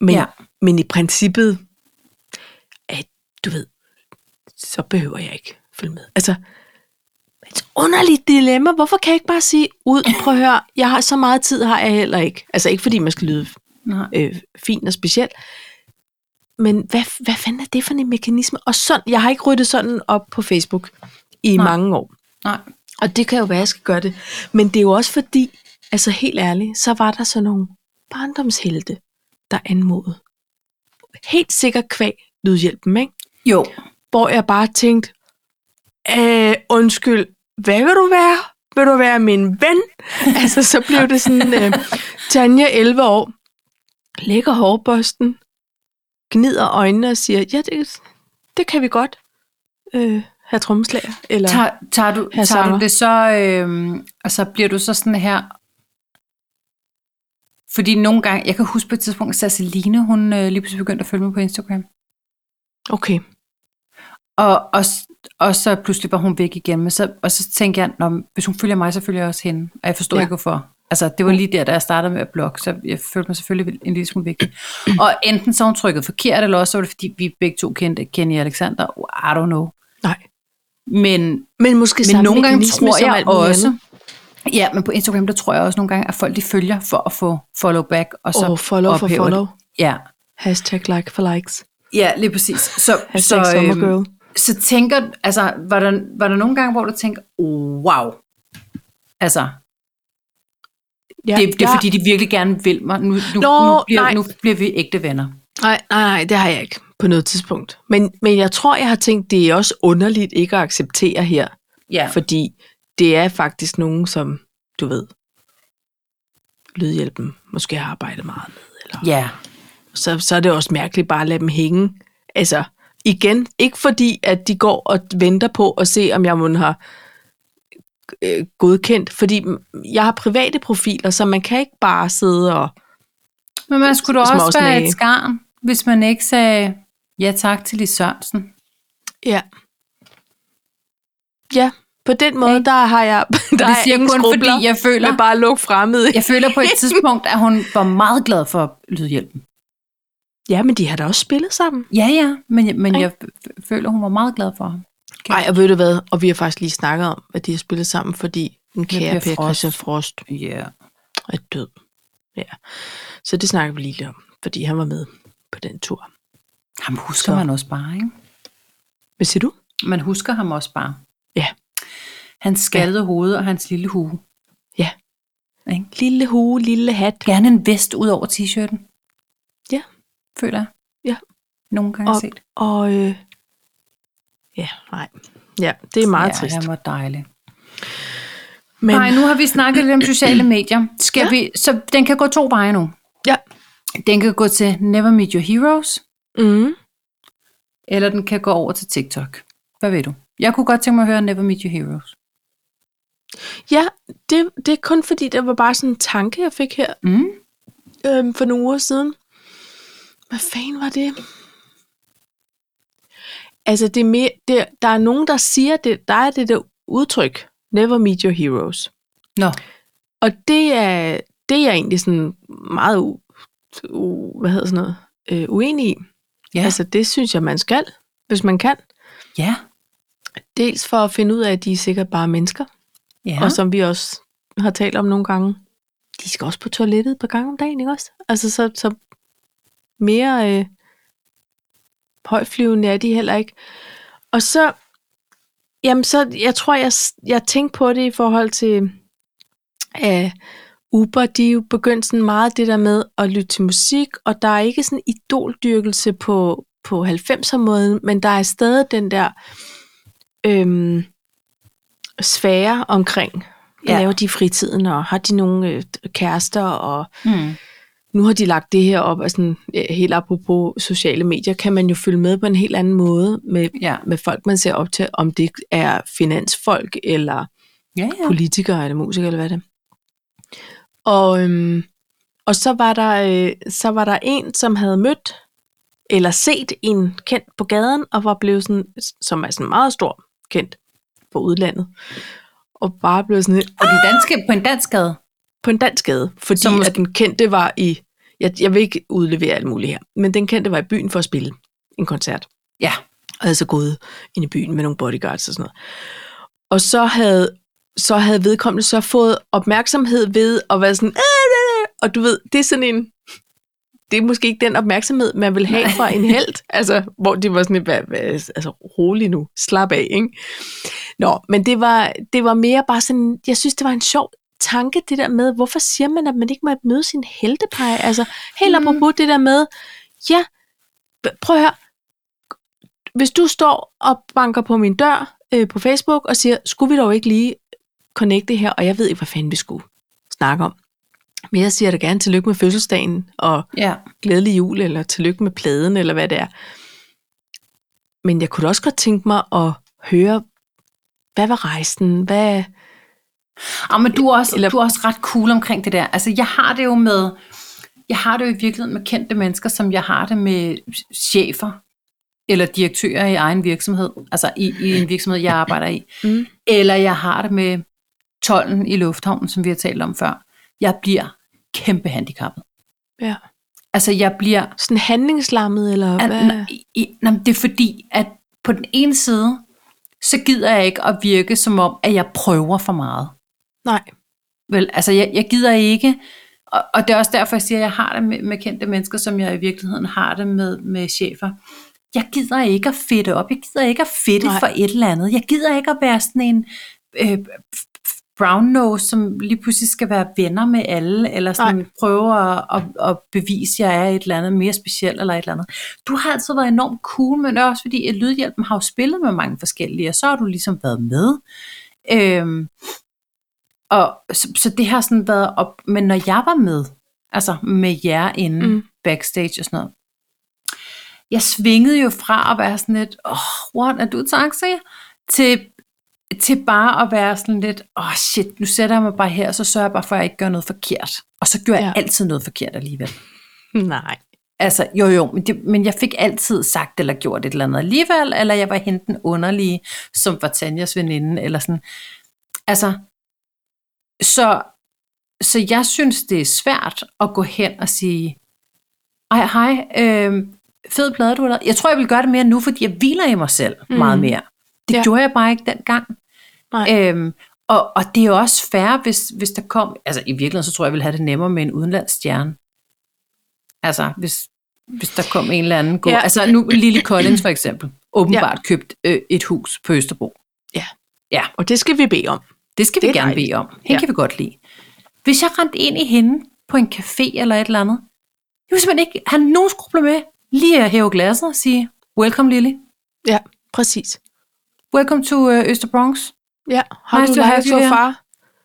[SPEAKER 2] men,
[SPEAKER 1] Ja.
[SPEAKER 2] ja. men i princippet, at du ved, så behøver jeg ikke følge med. Altså, et underligt dilemma. Hvorfor kan jeg ikke bare sige ud, prøv at høre, jeg har så meget tid, har jeg heller ikke. Altså ikke fordi man skal lyde
[SPEAKER 1] Nej.
[SPEAKER 2] øh, fin og speciel. Men hvad, hvad fanden er det for en mekanisme? Og sådan, jeg har ikke ryddet sådan op på Facebook
[SPEAKER 1] Nej.
[SPEAKER 2] i Nej. mange år.
[SPEAKER 1] Nej.
[SPEAKER 2] Og det kan jo være, at jeg skal gøre det. Men det er jo også fordi, altså helt ærligt, så var der så nogle barndomshelte, der anmodede. Helt sikkert kvæg lydhjælpen, ikke?
[SPEAKER 1] Jo.
[SPEAKER 2] Hvor jeg bare tænkte, øh, undskyld, hvad vil du være? Vil du være min ven? altså, så blev det sådan, øh, Tanja, 11 år, lægger hårbosten, gnider øjnene og siger, ja, det, det kan vi godt øh, have trommeslager. Eller,
[SPEAKER 1] Tager, tager, du,
[SPEAKER 2] Her
[SPEAKER 1] tager du
[SPEAKER 2] sanger.
[SPEAKER 1] det så, øh, altså bliver du så sådan her, fordi nogle gange, jeg kan huske på et tidspunkt, at Celine, hun øh, lige pludselig begyndte at følge mig på Instagram.
[SPEAKER 2] okay.
[SPEAKER 1] Og, og, s- og så pludselig var hun væk igen. Men så, og så tænkte jeg, Nå, men hvis hun følger mig, så følger jeg også hende. Og jeg forstår ja.
[SPEAKER 2] Ja.
[SPEAKER 1] ikke, hvorfor. Altså, det var lige der, da jeg startede med at blogge, så jeg følte mig selvfølgelig en lille smule vigtig. Og enten så hun trykket forkert, eller også så var det, fordi vi begge to kendte Kenny Alexander. I don't know.
[SPEAKER 2] Nej.
[SPEAKER 1] Men,
[SPEAKER 2] Men måske
[SPEAKER 1] men nogle gange tror jeg også... Ja, men på Instagram, der tror jeg også nogle gange, at folk de følger for at få follow back, og så
[SPEAKER 2] Og oh, follow for
[SPEAKER 1] ophæver det.
[SPEAKER 2] follow.
[SPEAKER 1] Ja,
[SPEAKER 2] Hashtag like for likes.
[SPEAKER 1] ja lige præcis. Så,
[SPEAKER 2] Hashtag
[SPEAKER 1] så, øhm,
[SPEAKER 2] summer girl.
[SPEAKER 1] så tænker, altså, var der, var der nogle gange, hvor du tænker, oh, wow, altså,
[SPEAKER 2] Ja,
[SPEAKER 1] ja, det, det er
[SPEAKER 2] jeg-
[SPEAKER 1] fordi, de virkelig gerne vil mig, nu, nu,
[SPEAKER 2] Nå,
[SPEAKER 1] nu, bliver,
[SPEAKER 2] nej.
[SPEAKER 1] nu bliver vi ægte venner.
[SPEAKER 2] Nej, nej, nej, det har jeg ikke på noget tidspunkt. Men, men jeg tror, jeg har tænkt, det er også underligt ikke at acceptere her.
[SPEAKER 1] Ja, For,
[SPEAKER 2] Fordi det er faktisk nogen, som, du ved, lydhjælpen måske har arbejdet meget med. Eller,
[SPEAKER 1] ja,
[SPEAKER 2] så, så er det også mærkeligt bare at lade dem hænge. Altså, igen, ikke fordi, at de går og venter på at se, om jeg mon har øh, godkendt, fordi jeg har private profiler, så man kan ikke bare sidde og...
[SPEAKER 1] men man skulle da også være
[SPEAKER 2] Småsnage.
[SPEAKER 1] et skarn, hvis man ikke sagde, ja tak til Lis Sørensen.
[SPEAKER 2] Ja. Ja, på den måde, der har jeg, der
[SPEAKER 1] Det
[SPEAKER 2] er
[SPEAKER 1] siger jeg
[SPEAKER 2] ingen
[SPEAKER 1] kun,
[SPEAKER 2] skrubler,
[SPEAKER 1] fordi jeg føler,
[SPEAKER 2] men bare luk fremmede.
[SPEAKER 1] jeg føler på et tidspunkt, at hun var meget glad for lydhjælpen.
[SPEAKER 2] Ja, men de har da også spillet sammen.
[SPEAKER 1] Ja, ja, men, jeg- men
[SPEAKER 2] Ej.
[SPEAKER 1] jeg f- føler, hun var meget glad for ham.
[SPEAKER 2] Nej, og ved du hvad, og vi har faktisk lige snakket om, at de har spillet sammen, fordi Den kære Per
[SPEAKER 1] Frost.
[SPEAKER 2] Christian Frost
[SPEAKER 1] Ja.
[SPEAKER 2] er død. Ja. Så det snakker vi lige lidt om, fordi han var med på den tur.
[SPEAKER 1] Ham husker
[SPEAKER 2] Så.
[SPEAKER 1] man også bare, ikke?
[SPEAKER 2] Hvad siger du?
[SPEAKER 1] Man husker ham også bare.
[SPEAKER 2] Ja.
[SPEAKER 1] Hans skaldede ja. hoved og hans lille hue.
[SPEAKER 2] Ja.
[SPEAKER 1] Ikke?
[SPEAKER 2] Lille hue, lille hat.
[SPEAKER 1] Gerne en vest ud over t-shirten.
[SPEAKER 2] Ja.
[SPEAKER 1] Føler jeg.
[SPEAKER 2] Ja.
[SPEAKER 1] Nogle gange
[SPEAKER 2] Og-
[SPEAKER 1] set.
[SPEAKER 2] Og øh, ja, nej. Ja, det er meget
[SPEAKER 1] ja,
[SPEAKER 2] trist.
[SPEAKER 1] han var dejlig.
[SPEAKER 2] Men
[SPEAKER 1] Men... Nej, nu har vi snakket lidt om sociale medier. Skal
[SPEAKER 2] Ja.
[SPEAKER 1] ja. vi, så den kan gå to veje nu.
[SPEAKER 2] Ja.
[SPEAKER 1] Den kan gå til Never Meet Your Heroes,
[SPEAKER 2] mm,
[SPEAKER 1] eller den kan gå over til TikTok. Hvad ved du? Jeg kunne godt tænke mig at høre Never Meet Your Heroes.
[SPEAKER 2] ja, det, det er kun fordi, der var bare sådan en tanke, jeg fik her
[SPEAKER 1] Mm.
[SPEAKER 2] øhm, for nogle uger siden. Hvad fanden var det? Altså, det er mere, det, der er nogen, der siger, det, der er det der udtryk, never meet your heroes.
[SPEAKER 1] Nå,
[SPEAKER 2] Og det er, det er jeg egentlig sådan meget u, u, hvad hedder sådan noget, øh, uenig i.
[SPEAKER 1] ja. Altså,
[SPEAKER 2] Altså, det synes jeg, man skal, hvis man kan.
[SPEAKER 1] ja.
[SPEAKER 2] Dels for at finde ud af, at de er sikkert bare mennesker,
[SPEAKER 1] Ja.
[SPEAKER 2] ja. og som vi også har talt om nogle gange, de skal også på toilettet et par gange om dagen, ikke også? Altså, så, så mere øh, højflyvende er de heller ikke. Og så, jamen så, jeg tror, jeg, s- jeg tænkte på det i forhold til øh, Uber, de er jo begyndt sådan meget det der med at lytte til musik, og der er ikke sådan idoldyrkelse på, på 90'er måden, men der er stadig den der øhm, sfære omkring, hvad ja.
[SPEAKER 1] Ja.
[SPEAKER 2] laver de i fritiden, og har de nogle øh, kærester, og
[SPEAKER 1] Mm.
[SPEAKER 2] nu har de lagt det her op, og sådan, øh, helt apropos sociale medier, kan man jo følge med på en helt anden måde med,
[SPEAKER 1] Ja.
[SPEAKER 2] med folk, man ser op til, om det er finansfolk, eller
[SPEAKER 1] Ja, ja.
[SPEAKER 2] politikere, eller musikere, eller hvad det er. Og, øhm, og så, var der, øh, så var der en, som havde mødt, eller set en kendt på gaden, og var blevet sådan, som er sådan meget stor kendt på udlandet, og bare blev sådan,
[SPEAKER 1] På, den danske, på en dansk gade.
[SPEAKER 2] på en dansk gade, fordi
[SPEAKER 1] Som
[SPEAKER 2] Som
[SPEAKER 1] måske-
[SPEAKER 2] at den kendte var i, jeg, jeg vil ikke udlevere alt muligt her, men den kendte var i byen for at spille en koncert,
[SPEAKER 1] Ja.
[SPEAKER 2] og havde så gået ind i byen med nogle bodyguards og sådan noget. Og så havde, så havde vedkommende så fået opmærksomhed ved at være sådan, "Ah, ah, ah." og du ved, det er sådan en, det er måske ikke den opmærksomhed, man vil have
[SPEAKER 1] Nej.
[SPEAKER 2] fra en held, altså, hvor det var sådan, hvad, hvad, altså, rolig nu, slap af, ikke? Nå, men det var, det var mere bare sådan, jeg synes, det var en sjov tanke, det der med, hvorfor siger man, at man ikke må møde sin heltepege? Altså, helt
[SPEAKER 1] Mm.
[SPEAKER 2] mm. apropos det der med, ja, b- prøv at høre, hvis du står og banker på min dør øh, på Facebook og siger, skulle vi dog ikke lige connecte her, og jeg ved ikke, hvad fanden vi skulle snakke om. Men jeg siger da gerne tillykke med fødselsdagen, og
[SPEAKER 1] Ja.
[SPEAKER 2] glædelig jul, eller tillykke med pladen, eller hvad det er. Men jeg kunne da også godt tænke mig at høre, hvad var rejsen? Hvad...
[SPEAKER 1] Ah, men du er, også,
[SPEAKER 2] Eller-
[SPEAKER 1] Eller... du er også ret cool omkring det der. Altså, jeg har det jo med... Jeg har det jo i virkeligheden med kendte mennesker, som jeg har det med chefer eller direktører i egen virksomhed, altså i, i en virksomhed, jeg arbejder i.
[SPEAKER 2] Mm.
[SPEAKER 1] Eller jeg har det med tollen i lufthavnen, som vi har talt om før. Jeg bliver kæmpe handicappet.
[SPEAKER 2] Ja.
[SPEAKER 1] Altså, jeg bliver
[SPEAKER 2] Sådan handlingslammet, eller
[SPEAKER 1] Al-
[SPEAKER 2] hvad?
[SPEAKER 1] nej, i- i- nej, men det er fordi, at på den ene side, så gider jeg ikke at virke som om, at jeg prøver for meget.
[SPEAKER 2] Nej.
[SPEAKER 1] Vel, altså jeg, jeg gider ikke, og, og det er også derfor, jeg siger, at jeg har det med, med kendte mennesker, som jeg i virkeligheden har det med, med chefer. Jeg gider ikke at fedte op, jeg gider ikke at fedte
[SPEAKER 2] Nej.
[SPEAKER 1] for et eller andet. Jeg gider ikke at være sådan en øh, brown nose, som lige pludselig skal være venner med alle, eller sådan
[SPEAKER 2] Nej.
[SPEAKER 1] Nej. prøve at, at, at bevise, at jeg er et eller andet mere speciel, eller et eller andet. Du har altid været enormt cool, men også fordi, at Lydhjælpen har jo spillet med mange forskellige, og så har du ligesom været med. Øhm, og så, så det har sådan været op, men når jeg var med, altså med jer inde
[SPEAKER 2] Mm.
[SPEAKER 1] mm. backstage og sådan noget, jeg svingede jo fra at være sådan lidt, åh, oh, what, er du taxa? Til, til bare at være sådan lidt, åh oh, shit, nu sætter jeg mig bare her, og så sørger jeg bare for, at jeg ikke gør noget forkert. Og så gør ja. jeg
[SPEAKER 2] Ja.
[SPEAKER 1] altid noget forkert alligevel.
[SPEAKER 2] Nej.
[SPEAKER 1] Altså, jo jo, men, det, men jeg fik altid sagt eller gjort et eller andet alligevel, eller jeg var hende den underlige, som var Tanjas veninde, eller sådan. Altså, så, så jeg synes, det er svært at gå hen og sige, ej, hej, øh, fed plade, du har lavet." Jeg tror, jeg vil gøre det mere nu, fordi jeg hviler i mig selv mm. meget
[SPEAKER 2] Mm.
[SPEAKER 1] mere. Det
[SPEAKER 2] Ja.
[SPEAKER 1] ja. gjorde jeg bare ikke dengang.
[SPEAKER 2] Nej.
[SPEAKER 1] Øhm, Og, og det er jo også færre, hvis, hvis der kom... Altså, i virkeligheden, så tror jeg, jeg ville have det nemmere med en udenlandsk stjerne. Altså, hvis, hvis der kom en eller anden god... Ja.
[SPEAKER 2] Ja.
[SPEAKER 1] Altså, nu Lily Collins for eksempel. Åbenbart ja. købt øh, et hus på Østerbro.
[SPEAKER 2] Og det skal vi bede om.
[SPEAKER 1] Det skal vi
[SPEAKER 2] Det er
[SPEAKER 1] gerne
[SPEAKER 2] dejligt.
[SPEAKER 1] bede om. Hende ja.
[SPEAKER 2] Ja.
[SPEAKER 1] kan vi godt lide. Hvis jeg rendte ind i hende på en café eller et eller andet, jeg vil simpelthen ikke have nogen skrubler med lige at hæve glasset og sige, welcome Lily,
[SPEAKER 2] Ja, præcis.
[SPEAKER 1] welcome to øh, Øster Bronx.
[SPEAKER 2] Ja, how
[SPEAKER 1] Nice
[SPEAKER 2] nice
[SPEAKER 1] to
[SPEAKER 2] do you
[SPEAKER 1] have
[SPEAKER 2] like it
[SPEAKER 1] you
[SPEAKER 2] so
[SPEAKER 1] here.
[SPEAKER 2] far?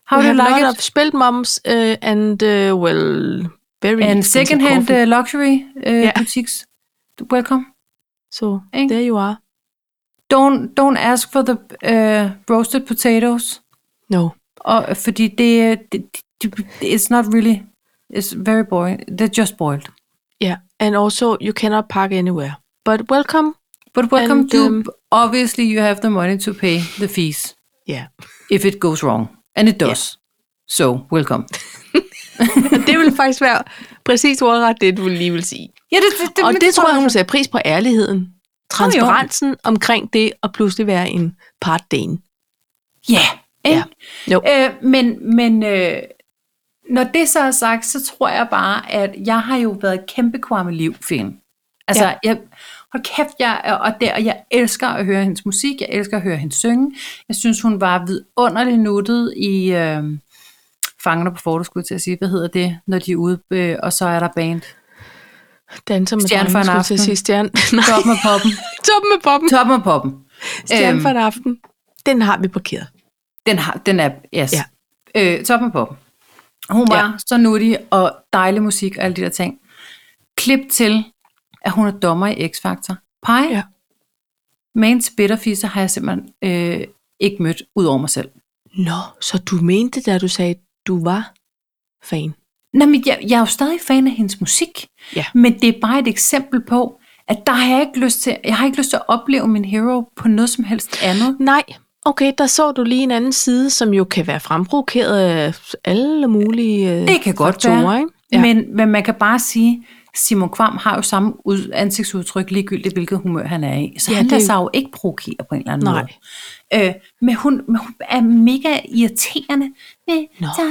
[SPEAKER 1] How
[SPEAKER 2] we
[SPEAKER 1] do you
[SPEAKER 2] have
[SPEAKER 1] like
[SPEAKER 2] lot
[SPEAKER 1] it?
[SPEAKER 2] of spilled moms uh, and uh, well, very
[SPEAKER 1] And
[SPEAKER 2] expensive
[SPEAKER 1] second-hand
[SPEAKER 2] coffee.
[SPEAKER 1] uh, luxury uh,
[SPEAKER 2] Ja.
[SPEAKER 1] yeah. boutiques. Welcome.
[SPEAKER 2] so
[SPEAKER 1] ikke?
[SPEAKER 2] there you are.
[SPEAKER 1] Don't, don't ask for the uh, roasted potatoes,
[SPEAKER 2] No.
[SPEAKER 1] og, fordi det, øh, det, det, it's not really, it's very boring. They're just boiled.
[SPEAKER 2] Yeah, and also you cannot park anywhere. But welcome.
[SPEAKER 1] But welcome
[SPEAKER 2] And,
[SPEAKER 1] to,
[SPEAKER 2] um,
[SPEAKER 1] obviously you have the money to pay the fees.
[SPEAKER 2] Yeah.
[SPEAKER 1] if it goes wrong. And it does. So, welcome.
[SPEAKER 2] det vil faktisk være præcis ordret det, du lige vil sige.
[SPEAKER 1] Ja, det, det,
[SPEAKER 2] Det, og det, tror jeg, hun sætter pris på ærligheden. Transparensen omkring det at pludselig være en part dane.
[SPEAKER 1] Ja. ikke?
[SPEAKER 2] Jo.
[SPEAKER 1] Øh, men men øh, når det så er sagt, så tror jeg bare, at jeg har jo været kæmpe kvarme liv for hende. Altså, ja.
[SPEAKER 2] Ja.
[SPEAKER 1] jeg, hold kæft, jeg, er- og der, og jeg elsker at høre hendes musik, jeg elsker at høre hende synge. Jeg synes, hun var vidunderligt nuttet i øh, Fangerne på Fortet, skulle jeg til at sige. Hvad hedder det, når de er ude, øh, og så er der band?
[SPEAKER 2] Danser med
[SPEAKER 1] Stjerne
[SPEAKER 2] drengen,
[SPEAKER 1] for en
[SPEAKER 2] skulle jeg til at
[SPEAKER 1] aften.
[SPEAKER 2] sige stjerne. Nej,
[SPEAKER 1] Toppen og poppen.
[SPEAKER 2] toppen med poppen.
[SPEAKER 1] Toppen og poppen.
[SPEAKER 2] Stjerne
[SPEAKER 1] Øhm.
[SPEAKER 2] for en aften. Den har vi parkeret.
[SPEAKER 1] Den, har, den er, yes. Ja.
[SPEAKER 2] Ja.
[SPEAKER 1] Øh, toppen på. Hun var ja.
[SPEAKER 2] Ja.
[SPEAKER 1] så nuttig og dejlig musik og alle de der ting. Klip til, at hun er dommer i X-Factor. Pej. Ja.
[SPEAKER 2] Ja.
[SPEAKER 1] Men spitterfisser har jeg simpelthen øh, ikke mødt ud over mig selv.
[SPEAKER 2] Nå, så du mente, da du sagde, du var fan.
[SPEAKER 1] Nej, men jeg, jeg er jo stadig fan af hendes musik.
[SPEAKER 2] Ja.
[SPEAKER 1] Men det er bare et eksempel på, at der har jeg ikke lyst til, jeg har ikke lyst til at opleve min hero på noget som helst andet.
[SPEAKER 2] Nej, okay, der så du lige en anden side, som jo kan være fremprovokeret af alle mulige øh,
[SPEAKER 1] Det kan godt
[SPEAKER 2] faktorer,
[SPEAKER 1] være.
[SPEAKER 2] ikke?
[SPEAKER 1] Ja.
[SPEAKER 2] Ja.
[SPEAKER 1] Men, men man kan bare sige, Simon Kvam har jo samme ud, ansigtsudtryk, ligegyldigt hvilket humør han er i. Så ja,
[SPEAKER 2] Ja,
[SPEAKER 1] han lader
[SPEAKER 2] det-
[SPEAKER 1] sig jo ikke provokere på en eller anden
[SPEAKER 2] Nej.
[SPEAKER 1] måde. Øh, men, hun, men hun er mega irriterende. Men
[SPEAKER 2] Nå.
[SPEAKER 1] så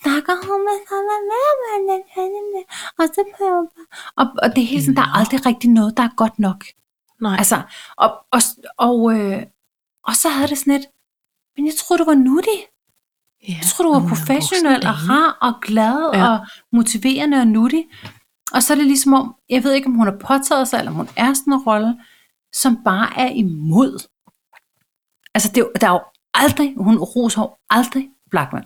[SPEAKER 1] snakker hun med sådan, og så prøver og, og det hele sådan,
[SPEAKER 2] Mm.
[SPEAKER 1] der er aldrig rigtig noget, der er godt nok.
[SPEAKER 2] Nej, altså,
[SPEAKER 1] Altså, og, og, og, øh, og så havde det sådan et, men jeg troede, du var nuttig.
[SPEAKER 2] ja,
[SPEAKER 1] Jeg tror, du var
[SPEAKER 2] hun er en
[SPEAKER 1] professionel
[SPEAKER 2] voksen
[SPEAKER 1] og
[SPEAKER 2] dame.
[SPEAKER 1] rar og glad ja.
[SPEAKER 2] Ja.
[SPEAKER 1] og motiverende og nuttig. Og så er det ligesom om, jeg ved ikke, om hun har påtaget sig, eller om hun er sådan en rolle, som bare er imod. Altså, det, er jo- der er jo aldrig, hun roser jo aldrig Blackman.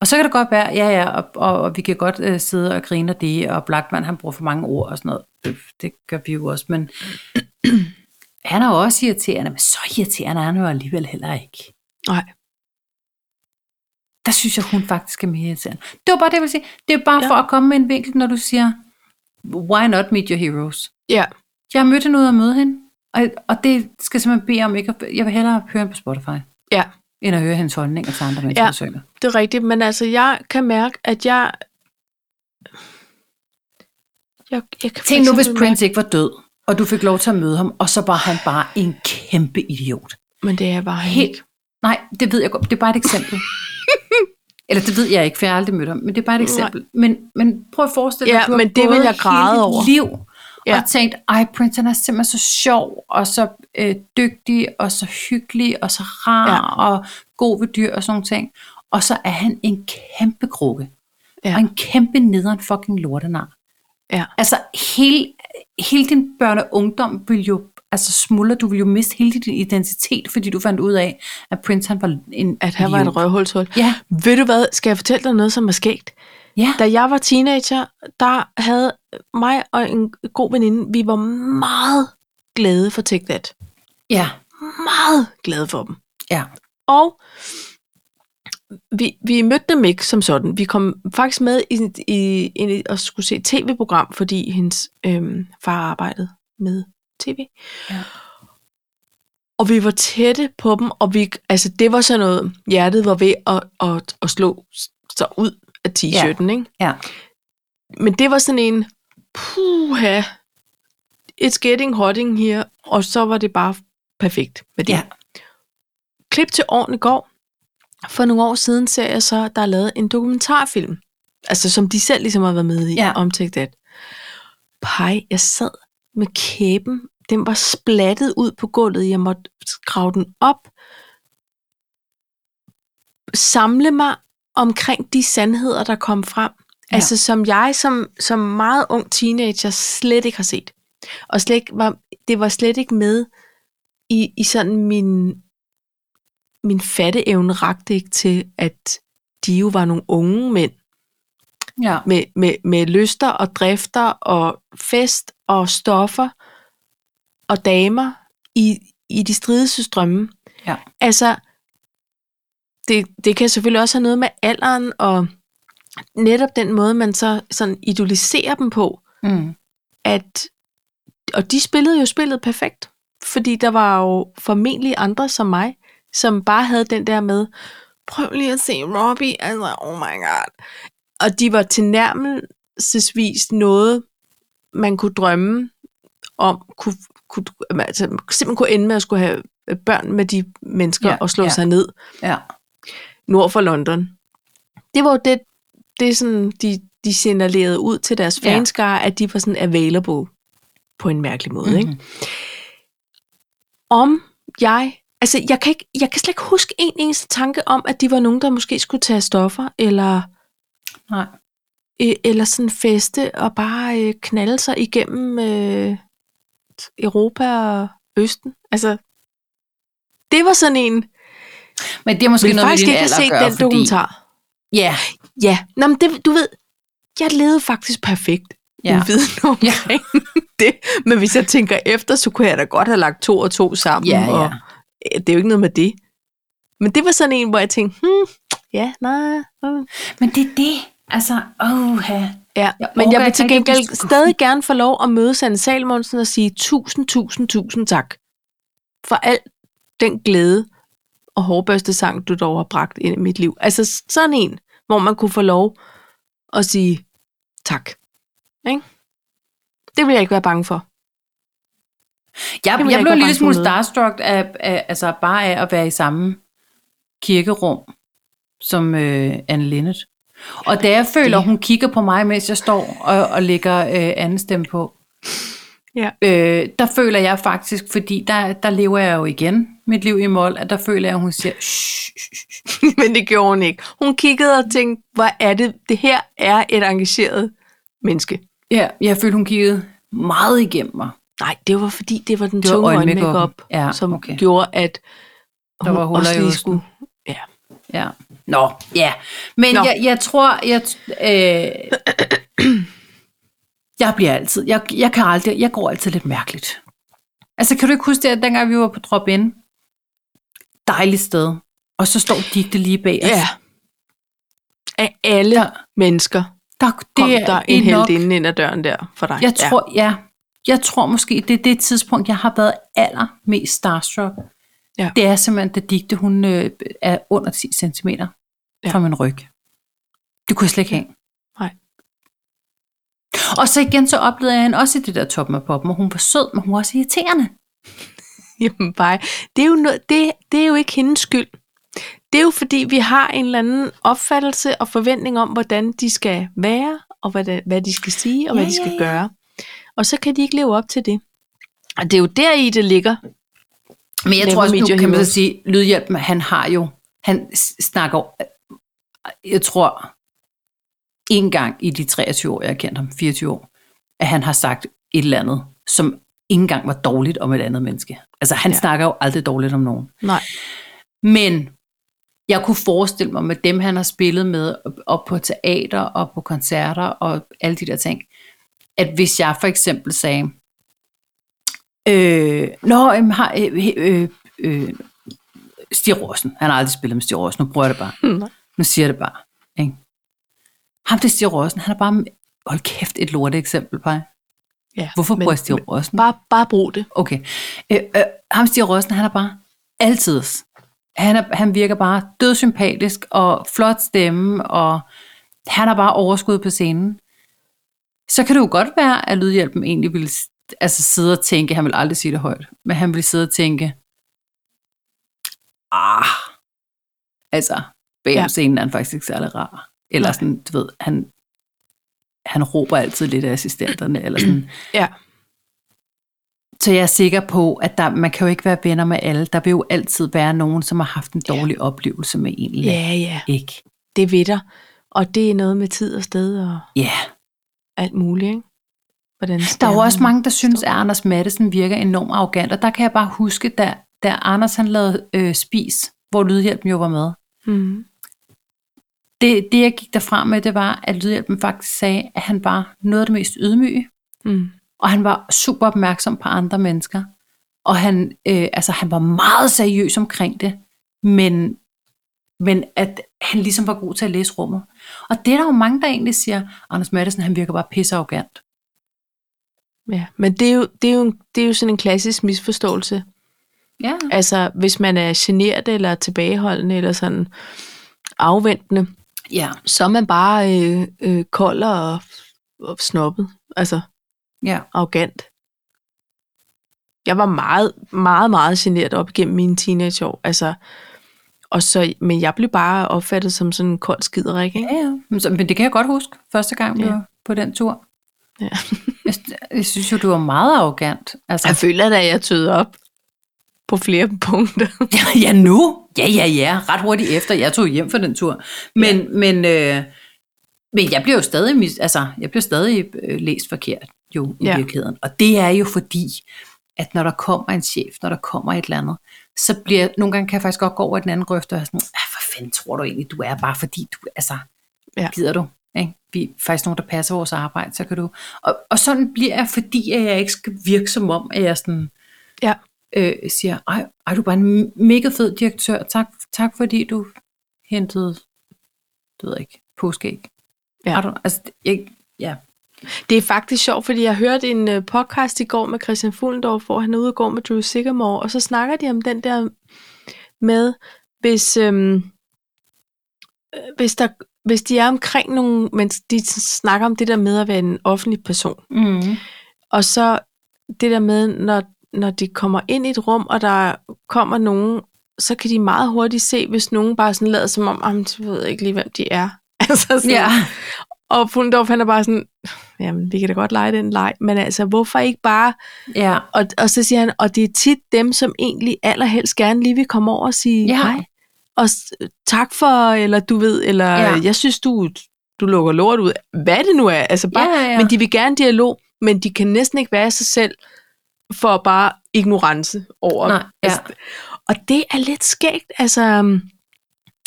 [SPEAKER 1] Og så kan det godt være, ja ja, og, og, og vi kan godt øh, sidde og grine af det, og Blackman han bruger for mange ord og sådan noget. Øh, Det gør vi jo også, men han er jo også irriterende, men så irriterende er han jo alligevel heller ikke
[SPEAKER 2] Nej,
[SPEAKER 1] der synes jeg, hun faktisk er mere irriterende. Det var bare det, jeg ville sige. Det er bare ja.
[SPEAKER 2] Ja.
[SPEAKER 1] for at komme med en vinkel, når du siger, why not meet your heroes?
[SPEAKER 2] ja,
[SPEAKER 1] Jeg mødte hende ud og møde hende, og, og det skal jeg simpelthen bede om ikke at, Jeg vil hellere høre hende på Spotify,
[SPEAKER 2] ja,
[SPEAKER 1] end at høre hendes holdninger til andre mennesker,
[SPEAKER 2] Ja.
[SPEAKER 1] ja. synger.
[SPEAKER 2] det er rigtigt. Men altså, jeg kan mærke, at jeg... jeg, jeg kan for
[SPEAKER 1] Tænk nu, hvis
[SPEAKER 2] eksempel
[SPEAKER 1] Prince ikke var død, og du fik lov til at møde ham, og så var han bare en kæmpe idiot.
[SPEAKER 2] Mærke, men det er jeg bare
[SPEAKER 1] Helt.
[SPEAKER 2] ikke.
[SPEAKER 1] Nej, det ved jeg godt. Det er bare et eksempel. Eller det ved jeg ikke, for jeg har aldrig mødt ham, men det er bare et eksempel. Men, men prøv at forestille dig,
[SPEAKER 2] Ja,
[SPEAKER 1] du har
[SPEAKER 2] men det vil
[SPEAKER 1] gået
[SPEAKER 2] jeg græde
[SPEAKER 1] hele dit
[SPEAKER 2] over.
[SPEAKER 1] liv ja.
[SPEAKER 2] Ja.
[SPEAKER 1] og tænkt, ej, Prince han er simpelthen så sjov, og så øh, dygtig, og så hyggelig, og så rar, ja. og god ved dyr og sådan nogle ting. Og så er han en kæmpe krukke,
[SPEAKER 2] Ja.
[SPEAKER 1] og en kæmpe nederen fucking lortenar.
[SPEAKER 2] Ja.
[SPEAKER 1] Altså, hele, hele din børne- og ungdom vil jo altså smuldre, du vil jo miste hele din identitet, fordi du fandt ud af, at Prince han var en
[SPEAKER 2] At han var
[SPEAKER 1] idiot.
[SPEAKER 2] et røvhulshul.
[SPEAKER 1] Ja,
[SPEAKER 2] Ved du hvad, skal jeg fortælle dig noget, som er sket?
[SPEAKER 1] ja.
[SPEAKER 2] Da jeg var teenager, der havde mig og en god veninde, vi var meget glade for Take That.
[SPEAKER 1] ja.
[SPEAKER 2] Meget glade for dem.
[SPEAKER 1] Ja.
[SPEAKER 2] Og vi, vi mødte dem ikke som sådan. Vi kom faktisk med i, i, i og skulle se et tv-program, fordi hendes øhm, far arbejdede med tv.
[SPEAKER 1] Ja.
[SPEAKER 2] Og vi var tætte på dem, og vi, altså det var sådan noget, hjertet var ved at, at, at slå sig ud af t-shirten, ikke?
[SPEAKER 1] Ja.
[SPEAKER 2] men det var sådan en, puha, it's getting hotting her, og så var det bare perfekt med det.
[SPEAKER 1] Ja.
[SPEAKER 2] Klip til årene går, For nogle år siden ser jeg så, at der er lavet en dokumentarfilm, altså som de selv ligesom har været med i,
[SPEAKER 1] Ja.
[SPEAKER 2] ja. om Take That. Pej, jeg sad med kæben, den var splattet ud på gulvet, jeg måtte grave den op, samle mig omkring de sandheder, der kom frem,
[SPEAKER 1] Ja.
[SPEAKER 2] ja. altså som jeg som, som meget ung teenager slet ikke har set. Og slet ikke var, det var slet ikke med i, i sådan min, min fatteevne rakte ikke til, at de jo var nogle unge mænd
[SPEAKER 1] Ja.
[SPEAKER 2] med, med, med lyster og drifter og fest og stoffer og damer i, i de strideste strømme.
[SPEAKER 1] Ja.
[SPEAKER 2] Altså, det, det kan selvfølgelig også have noget med alderen og netop den måde, man så sådan idoliserer dem på
[SPEAKER 1] Mm.
[SPEAKER 2] at, og de spillede jo spillet perfekt, fordi der var jo formentlig andre som mig, som bare havde den der med, prøv lige at se Robbie, altså oh my god. Og de var tilnærmelsesvis noget, man kunne drømme om, kunne, kunne, altså, simpelthen kunne ende med at skulle have øh, børn med de mennesker
[SPEAKER 1] Ja,
[SPEAKER 2] ja, og slå
[SPEAKER 1] ja.
[SPEAKER 2] ja. sig ned
[SPEAKER 1] Ja.
[SPEAKER 2] nord for London. Det var jo det, det sådan, de, de signalerede ud til deres
[SPEAKER 1] Ja.
[SPEAKER 2] fanskare, at de var sådan available på en mærkelig måde. Mm-hmm. Ikke?
[SPEAKER 1] Mhm.
[SPEAKER 2] Om jeg, altså jeg kan, ikke, jeg kan slet ikke huske en eneste tanke om, at de var nogen, der måske skulle tage stoffer, eller,
[SPEAKER 1] Nej.
[SPEAKER 2] øh, eller sådan feste, og bare øh, knalde sig igennem øh, Europa og Østen. Altså, det var sådan en,
[SPEAKER 1] Men det er måske
[SPEAKER 2] vil
[SPEAKER 1] noget med
[SPEAKER 2] faktisk
[SPEAKER 1] din
[SPEAKER 2] ikke have
[SPEAKER 1] alder at
[SPEAKER 2] set
[SPEAKER 1] gøre,
[SPEAKER 2] den
[SPEAKER 1] fordi...
[SPEAKER 2] dokumentar.
[SPEAKER 1] Ja,
[SPEAKER 2] Ja, Nå, men det, du ved, jeg levede faktisk perfekt
[SPEAKER 1] ja.
[SPEAKER 2] ja. uviden omkring ja. det. Men hvis jeg tænker efter, så kunne jeg da godt have lagt to og to sammen.
[SPEAKER 1] Ja, ja.
[SPEAKER 2] Og, øh, det er jo ikke noget med det. Men det var sådan en, hvor jeg tænkte, hmm, ja, nej. Uh.
[SPEAKER 1] Men det er det. Altså, åh,
[SPEAKER 2] Ja,
[SPEAKER 1] Jeg
[SPEAKER 2] men
[SPEAKER 1] orker
[SPEAKER 2] jeg vil
[SPEAKER 1] ikke
[SPEAKER 2] til
[SPEAKER 1] rigtig
[SPEAKER 2] gengæld
[SPEAKER 1] blive skuffet.
[SPEAKER 2] stadig gerne få lov at møde Sande Salmonsen og sige tusind, tusind, tusind tak for al den glæde og hårbørste sang, du dog har bragt ind i mit liv. Altså sådan en, hvor man kunne få lov at sige tak. Ikke? Det vil jeg ikke være bange for.
[SPEAKER 1] Jeg,
[SPEAKER 2] Det vil
[SPEAKER 1] jeg, jeg blev
[SPEAKER 2] jeg ikke
[SPEAKER 1] en
[SPEAKER 2] være
[SPEAKER 1] lille smule
[SPEAKER 2] bange for
[SPEAKER 1] starstruck af, af, altså bare af at være i samme kirkerum som øh, Anne Linnet. Og da jeg føler,
[SPEAKER 2] Det-
[SPEAKER 1] hun kigger på mig, mens jeg står og, og lægger øh, anden stemme på,
[SPEAKER 2] Ja.
[SPEAKER 1] øh, der føler jeg faktisk, fordi der, der lever jeg jo igen mit liv i mål, at der føler jeg, at hun siger, "Shh, shh, shh, shh."
[SPEAKER 2] Men det gjorde hun ikke. Hun kiggede og tænkte, hvor er det, det her er et engageret menneske.
[SPEAKER 1] ja, jeg følte, hun kiggede meget igennem mig.
[SPEAKER 2] Nej, det var fordi, det var den
[SPEAKER 1] Det var
[SPEAKER 2] tunge
[SPEAKER 1] øjenmakeupen.
[SPEAKER 2] øjenmakeup,
[SPEAKER 1] Ja,
[SPEAKER 2] som
[SPEAKER 1] okay.
[SPEAKER 2] gjorde, at hun
[SPEAKER 1] Der var huller i
[SPEAKER 2] også lige
[SPEAKER 1] osten.
[SPEAKER 2] skulle...
[SPEAKER 1] Ja. Nå, ja. Men
[SPEAKER 2] Nå.
[SPEAKER 1] Jeg, jeg tror, jeg... Øh, jeg bliver altid... Jeg, jeg, kan aldrig, jeg går altid lidt mærkeligt. Altså, kan du ikke huske det, at dengang vi var på drop-in? Dejligt sted. Og så står digte lige bag os.
[SPEAKER 2] Ja. Af alle
[SPEAKER 1] Der,
[SPEAKER 2] mennesker
[SPEAKER 1] der,
[SPEAKER 2] kom
[SPEAKER 1] det, er-
[SPEAKER 2] der
[SPEAKER 1] det
[SPEAKER 2] en
[SPEAKER 1] er nok,
[SPEAKER 2] heldinde ind ad døren der for dig.
[SPEAKER 1] Jeg tror, ja. Jeg tror måske, det er det tidspunkt, jeg har været allermest starstruck.
[SPEAKER 2] Ja.
[SPEAKER 1] Det er simpelthen, da digte, hun øh, er under 10 cm
[SPEAKER 2] Ja.
[SPEAKER 1] fra min ryg. Det kunne jeg slet ikke have.
[SPEAKER 2] Nej.
[SPEAKER 1] Og så igen, så oplevede jeg hende også i det der toppen af poppen, og hun var sød, men hun var også irriterende.
[SPEAKER 2] Ja. Jamen, bare, det, er jo noget, det, det er jo ikke hendes skyld. Det er jo fordi, vi har en eller anden opfattelse og forventning om, hvordan de skal være, og hvad, det, hvad de skal sige, og
[SPEAKER 1] Ja,
[SPEAKER 2] hvad de skal
[SPEAKER 1] ja, ja.
[SPEAKER 2] gøre. Og så kan de ikke leve op til det. Og det er jo der i det ligger.
[SPEAKER 1] Men jeg
[SPEAKER 2] Never
[SPEAKER 1] tror også,
[SPEAKER 2] meet
[SPEAKER 1] nu
[SPEAKER 2] your
[SPEAKER 1] kan man så
[SPEAKER 2] heroes.
[SPEAKER 1] sige, lydhjælpen, han har jo, han s- snakker, jo- jeg tror, en gang i de 23 år, jeg har kendt ham, 24 år, at han har sagt et eller andet, som ikke engang var dårligt om et andet menneske. Altså, han ja.
[SPEAKER 2] Ja.
[SPEAKER 1] snakker jo aldrig dårligt om nogen.
[SPEAKER 2] Nej.
[SPEAKER 1] Men jeg kunne forestille mig med dem, han har spillet med op- op på teater og på koncerter og alle de der ting, at hvis jeg for eksempel sagde, øh, Nå, øhm, har, øh, øh, øh, Stig Rossen, han har aldrig spillet med Stig Rossen, nu bruger jeg det bare.
[SPEAKER 2] Nej.
[SPEAKER 1] Nu siger jeg det bare. Ikke? Ham til Stig Rossen, han er bare, hold kæft, et lorte eksempel på.
[SPEAKER 2] Ja,
[SPEAKER 1] Hvorfor
[SPEAKER 2] men-
[SPEAKER 1] bruger jeg Stig
[SPEAKER 2] men-
[SPEAKER 1] Rossen?
[SPEAKER 2] Bare, bare brug det.
[SPEAKER 1] Okay. Øh, øh, ham Stig Rossen, han er bare altid. Han, er, han virker bare dødsympatisk og flot stemme, og han har bare overskud på scenen. Så kan det jo godt være, at Lydhjælpen egentlig ville s- altså, sidde og tænke, han vil aldrig sige det højt, men han ville sidde og tænke, ah, Altså, bag ja.
[SPEAKER 2] Ja.
[SPEAKER 1] scenen er han faktisk ikke særlig rar. Eller
[SPEAKER 2] Nej.
[SPEAKER 1] sådan, du ved, han, han råber altid lidt af assistenterne, eller sådan.
[SPEAKER 2] Ja.
[SPEAKER 1] Så jeg er sikker på, at der, man kan jo ikke være venner med alle. Der vil jo altid være nogen, som har haft en
[SPEAKER 2] Ja.
[SPEAKER 1] dårlig ja. oplevelse med en eller
[SPEAKER 2] Ja, ja,
[SPEAKER 1] ikke.
[SPEAKER 2] det ved dig. Og det er noget med tid og sted og
[SPEAKER 1] Ja. Yeah.
[SPEAKER 2] alt muligt, ikke? Hvordan
[SPEAKER 1] Der er jo
[SPEAKER 2] stjernen-
[SPEAKER 1] også mange, der synes, at Anders Mattesen virker enormt arrogant, og der kan jeg bare huske, da, da Anders han lavede øh, Spis, hvor Lydhjælpen jo var med.
[SPEAKER 2] Mhm.
[SPEAKER 1] Det, det, jeg gik derfra med, det var, at Lydhjælpen faktisk sagde, at han var noget af det mest ydmyge,
[SPEAKER 2] Mm.
[SPEAKER 1] og han var super opmærksom på andre mennesker. Og han, øh, altså, han var meget seriøs omkring det, men, men at han ligesom var god til at læse rummet. Og det er der jo mange, der egentlig siger, Anders Mattesen, han virker bare pissearrogant.
[SPEAKER 2] Ja, men det er, jo, det, er jo, en- det er jo sådan en klassisk misforståelse.
[SPEAKER 1] Ja.
[SPEAKER 2] Altså, hvis man er generet eller tilbageholdende eller sådan afventende,
[SPEAKER 1] Ja.
[SPEAKER 2] så er man bare øh, øh, kold og, og snobbet, altså
[SPEAKER 1] Ja.
[SPEAKER 2] arrogant. Jeg var meget, meget, meget generet op gennem mine teenageår, altså, og så, men jeg blev bare opfattet som sådan en kold skiderik, ikke?
[SPEAKER 1] Ja, ja. Men, så, men det kan jeg godt huske, første gang vi
[SPEAKER 2] Ja.
[SPEAKER 1] var på den tur.
[SPEAKER 2] Ja.
[SPEAKER 1] jeg, jeg synes jo, du var meget arrogant. Altså,
[SPEAKER 2] Jeg føler da, at jeg tøede op på flere punkter.
[SPEAKER 1] ja, ja, nu? Ja, ja, ja. Ret hurtigt efter. Jeg tog hjem fra den tur. Men, ja. men, øh, men jeg bliver jo stadig, mis, altså, jeg bliver stadig øh, læst forkert jo i ja.
[SPEAKER 2] Ja.
[SPEAKER 1] virkeligheden. Og det er jo fordi, at når der kommer en chef, når der kommer et eller andet, så bliver, nogle gange kan jeg faktisk godt gå over i den anden grøft og være sådan, "Ah, hvor fanden tror du egentlig, du er, bare fordi du, altså, ja.
[SPEAKER 2] Ja.
[SPEAKER 1] gider du? Ikke? Vi er faktisk nogen, der passer vores arbejde, så kan du. Og, og sådan bliver jeg, fordi at jeg ikke skal virke som om, at jeg sådan,
[SPEAKER 2] Ja.
[SPEAKER 1] øh, siger, ej, ej, du er bare en mega fed direktør, tak, tak fordi du hentede, det ved jeg ikke, påskeæg.
[SPEAKER 2] Ja.
[SPEAKER 1] Ej, du, altså, det- jeg, ja.
[SPEAKER 2] Det er faktisk sjovt, fordi jeg hørte en øh, podcast i går med Christian Fuglendorf, hvor han er ude og går med Drew Sigamore, og så snakker de om den der med, hvis, øhm, øh, hvis, der, hvis de er omkring nogle, men de snakker om det der med at være en offentlig person,
[SPEAKER 1] Mm.
[SPEAKER 2] og så det der med, når, når de kommer ind i et rum, og der kommer nogen, så kan de meget hurtigt se, hvis nogen bare sådan lader som om, "Jamen, jeg ved ikke lige, hvem de er. Altså sådan,
[SPEAKER 1] Ja.
[SPEAKER 2] og Fuglendorf, han er bare sådan, jamen, vi kan da godt lege den leg, men altså, hvorfor ikke bare...
[SPEAKER 1] ja.
[SPEAKER 2] Og, og så siger han, og det er tit dem, som egentlig allerhelst gerne lige vil komme over og sige
[SPEAKER 1] Ja.
[SPEAKER 2] ja. hej. Og s- tak for, eller du ved, eller
[SPEAKER 1] Ja.
[SPEAKER 2] ja. jeg synes, du, du lukker lort ud. Hvad det nu er, altså bare...
[SPEAKER 1] ja, ja.
[SPEAKER 2] Ja. Men de vil gerne dialog, men de kan næsten ikke være sig selv for bare ignorance over
[SPEAKER 1] Nej, ja.
[SPEAKER 2] Altså, og det er lidt skægt, altså... um,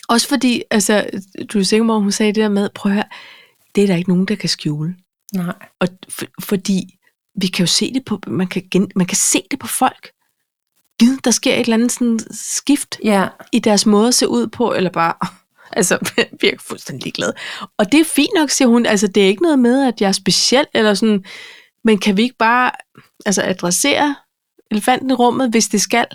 [SPEAKER 2] Også fordi, altså, du er sikker på, hun sagde det der med, prøv at høre, det er der ikke nogen, der kan skjule.
[SPEAKER 1] Nej.
[SPEAKER 2] Og for, fordi vi kan jo se det på, man kan, gen, man kan se det på folk. Gid, der sker et eller andet sådan skift
[SPEAKER 1] Ja.
[SPEAKER 2] i deres måde at se ud på, eller bare, altså, virker fuldstændig ligeglad. Og det er fint nok, siger hun, altså, det er ikke noget med, at jeg er speciel, eller sådan, men kan vi ikke bare, altså, adressere elefanten i rummet, hvis det skal?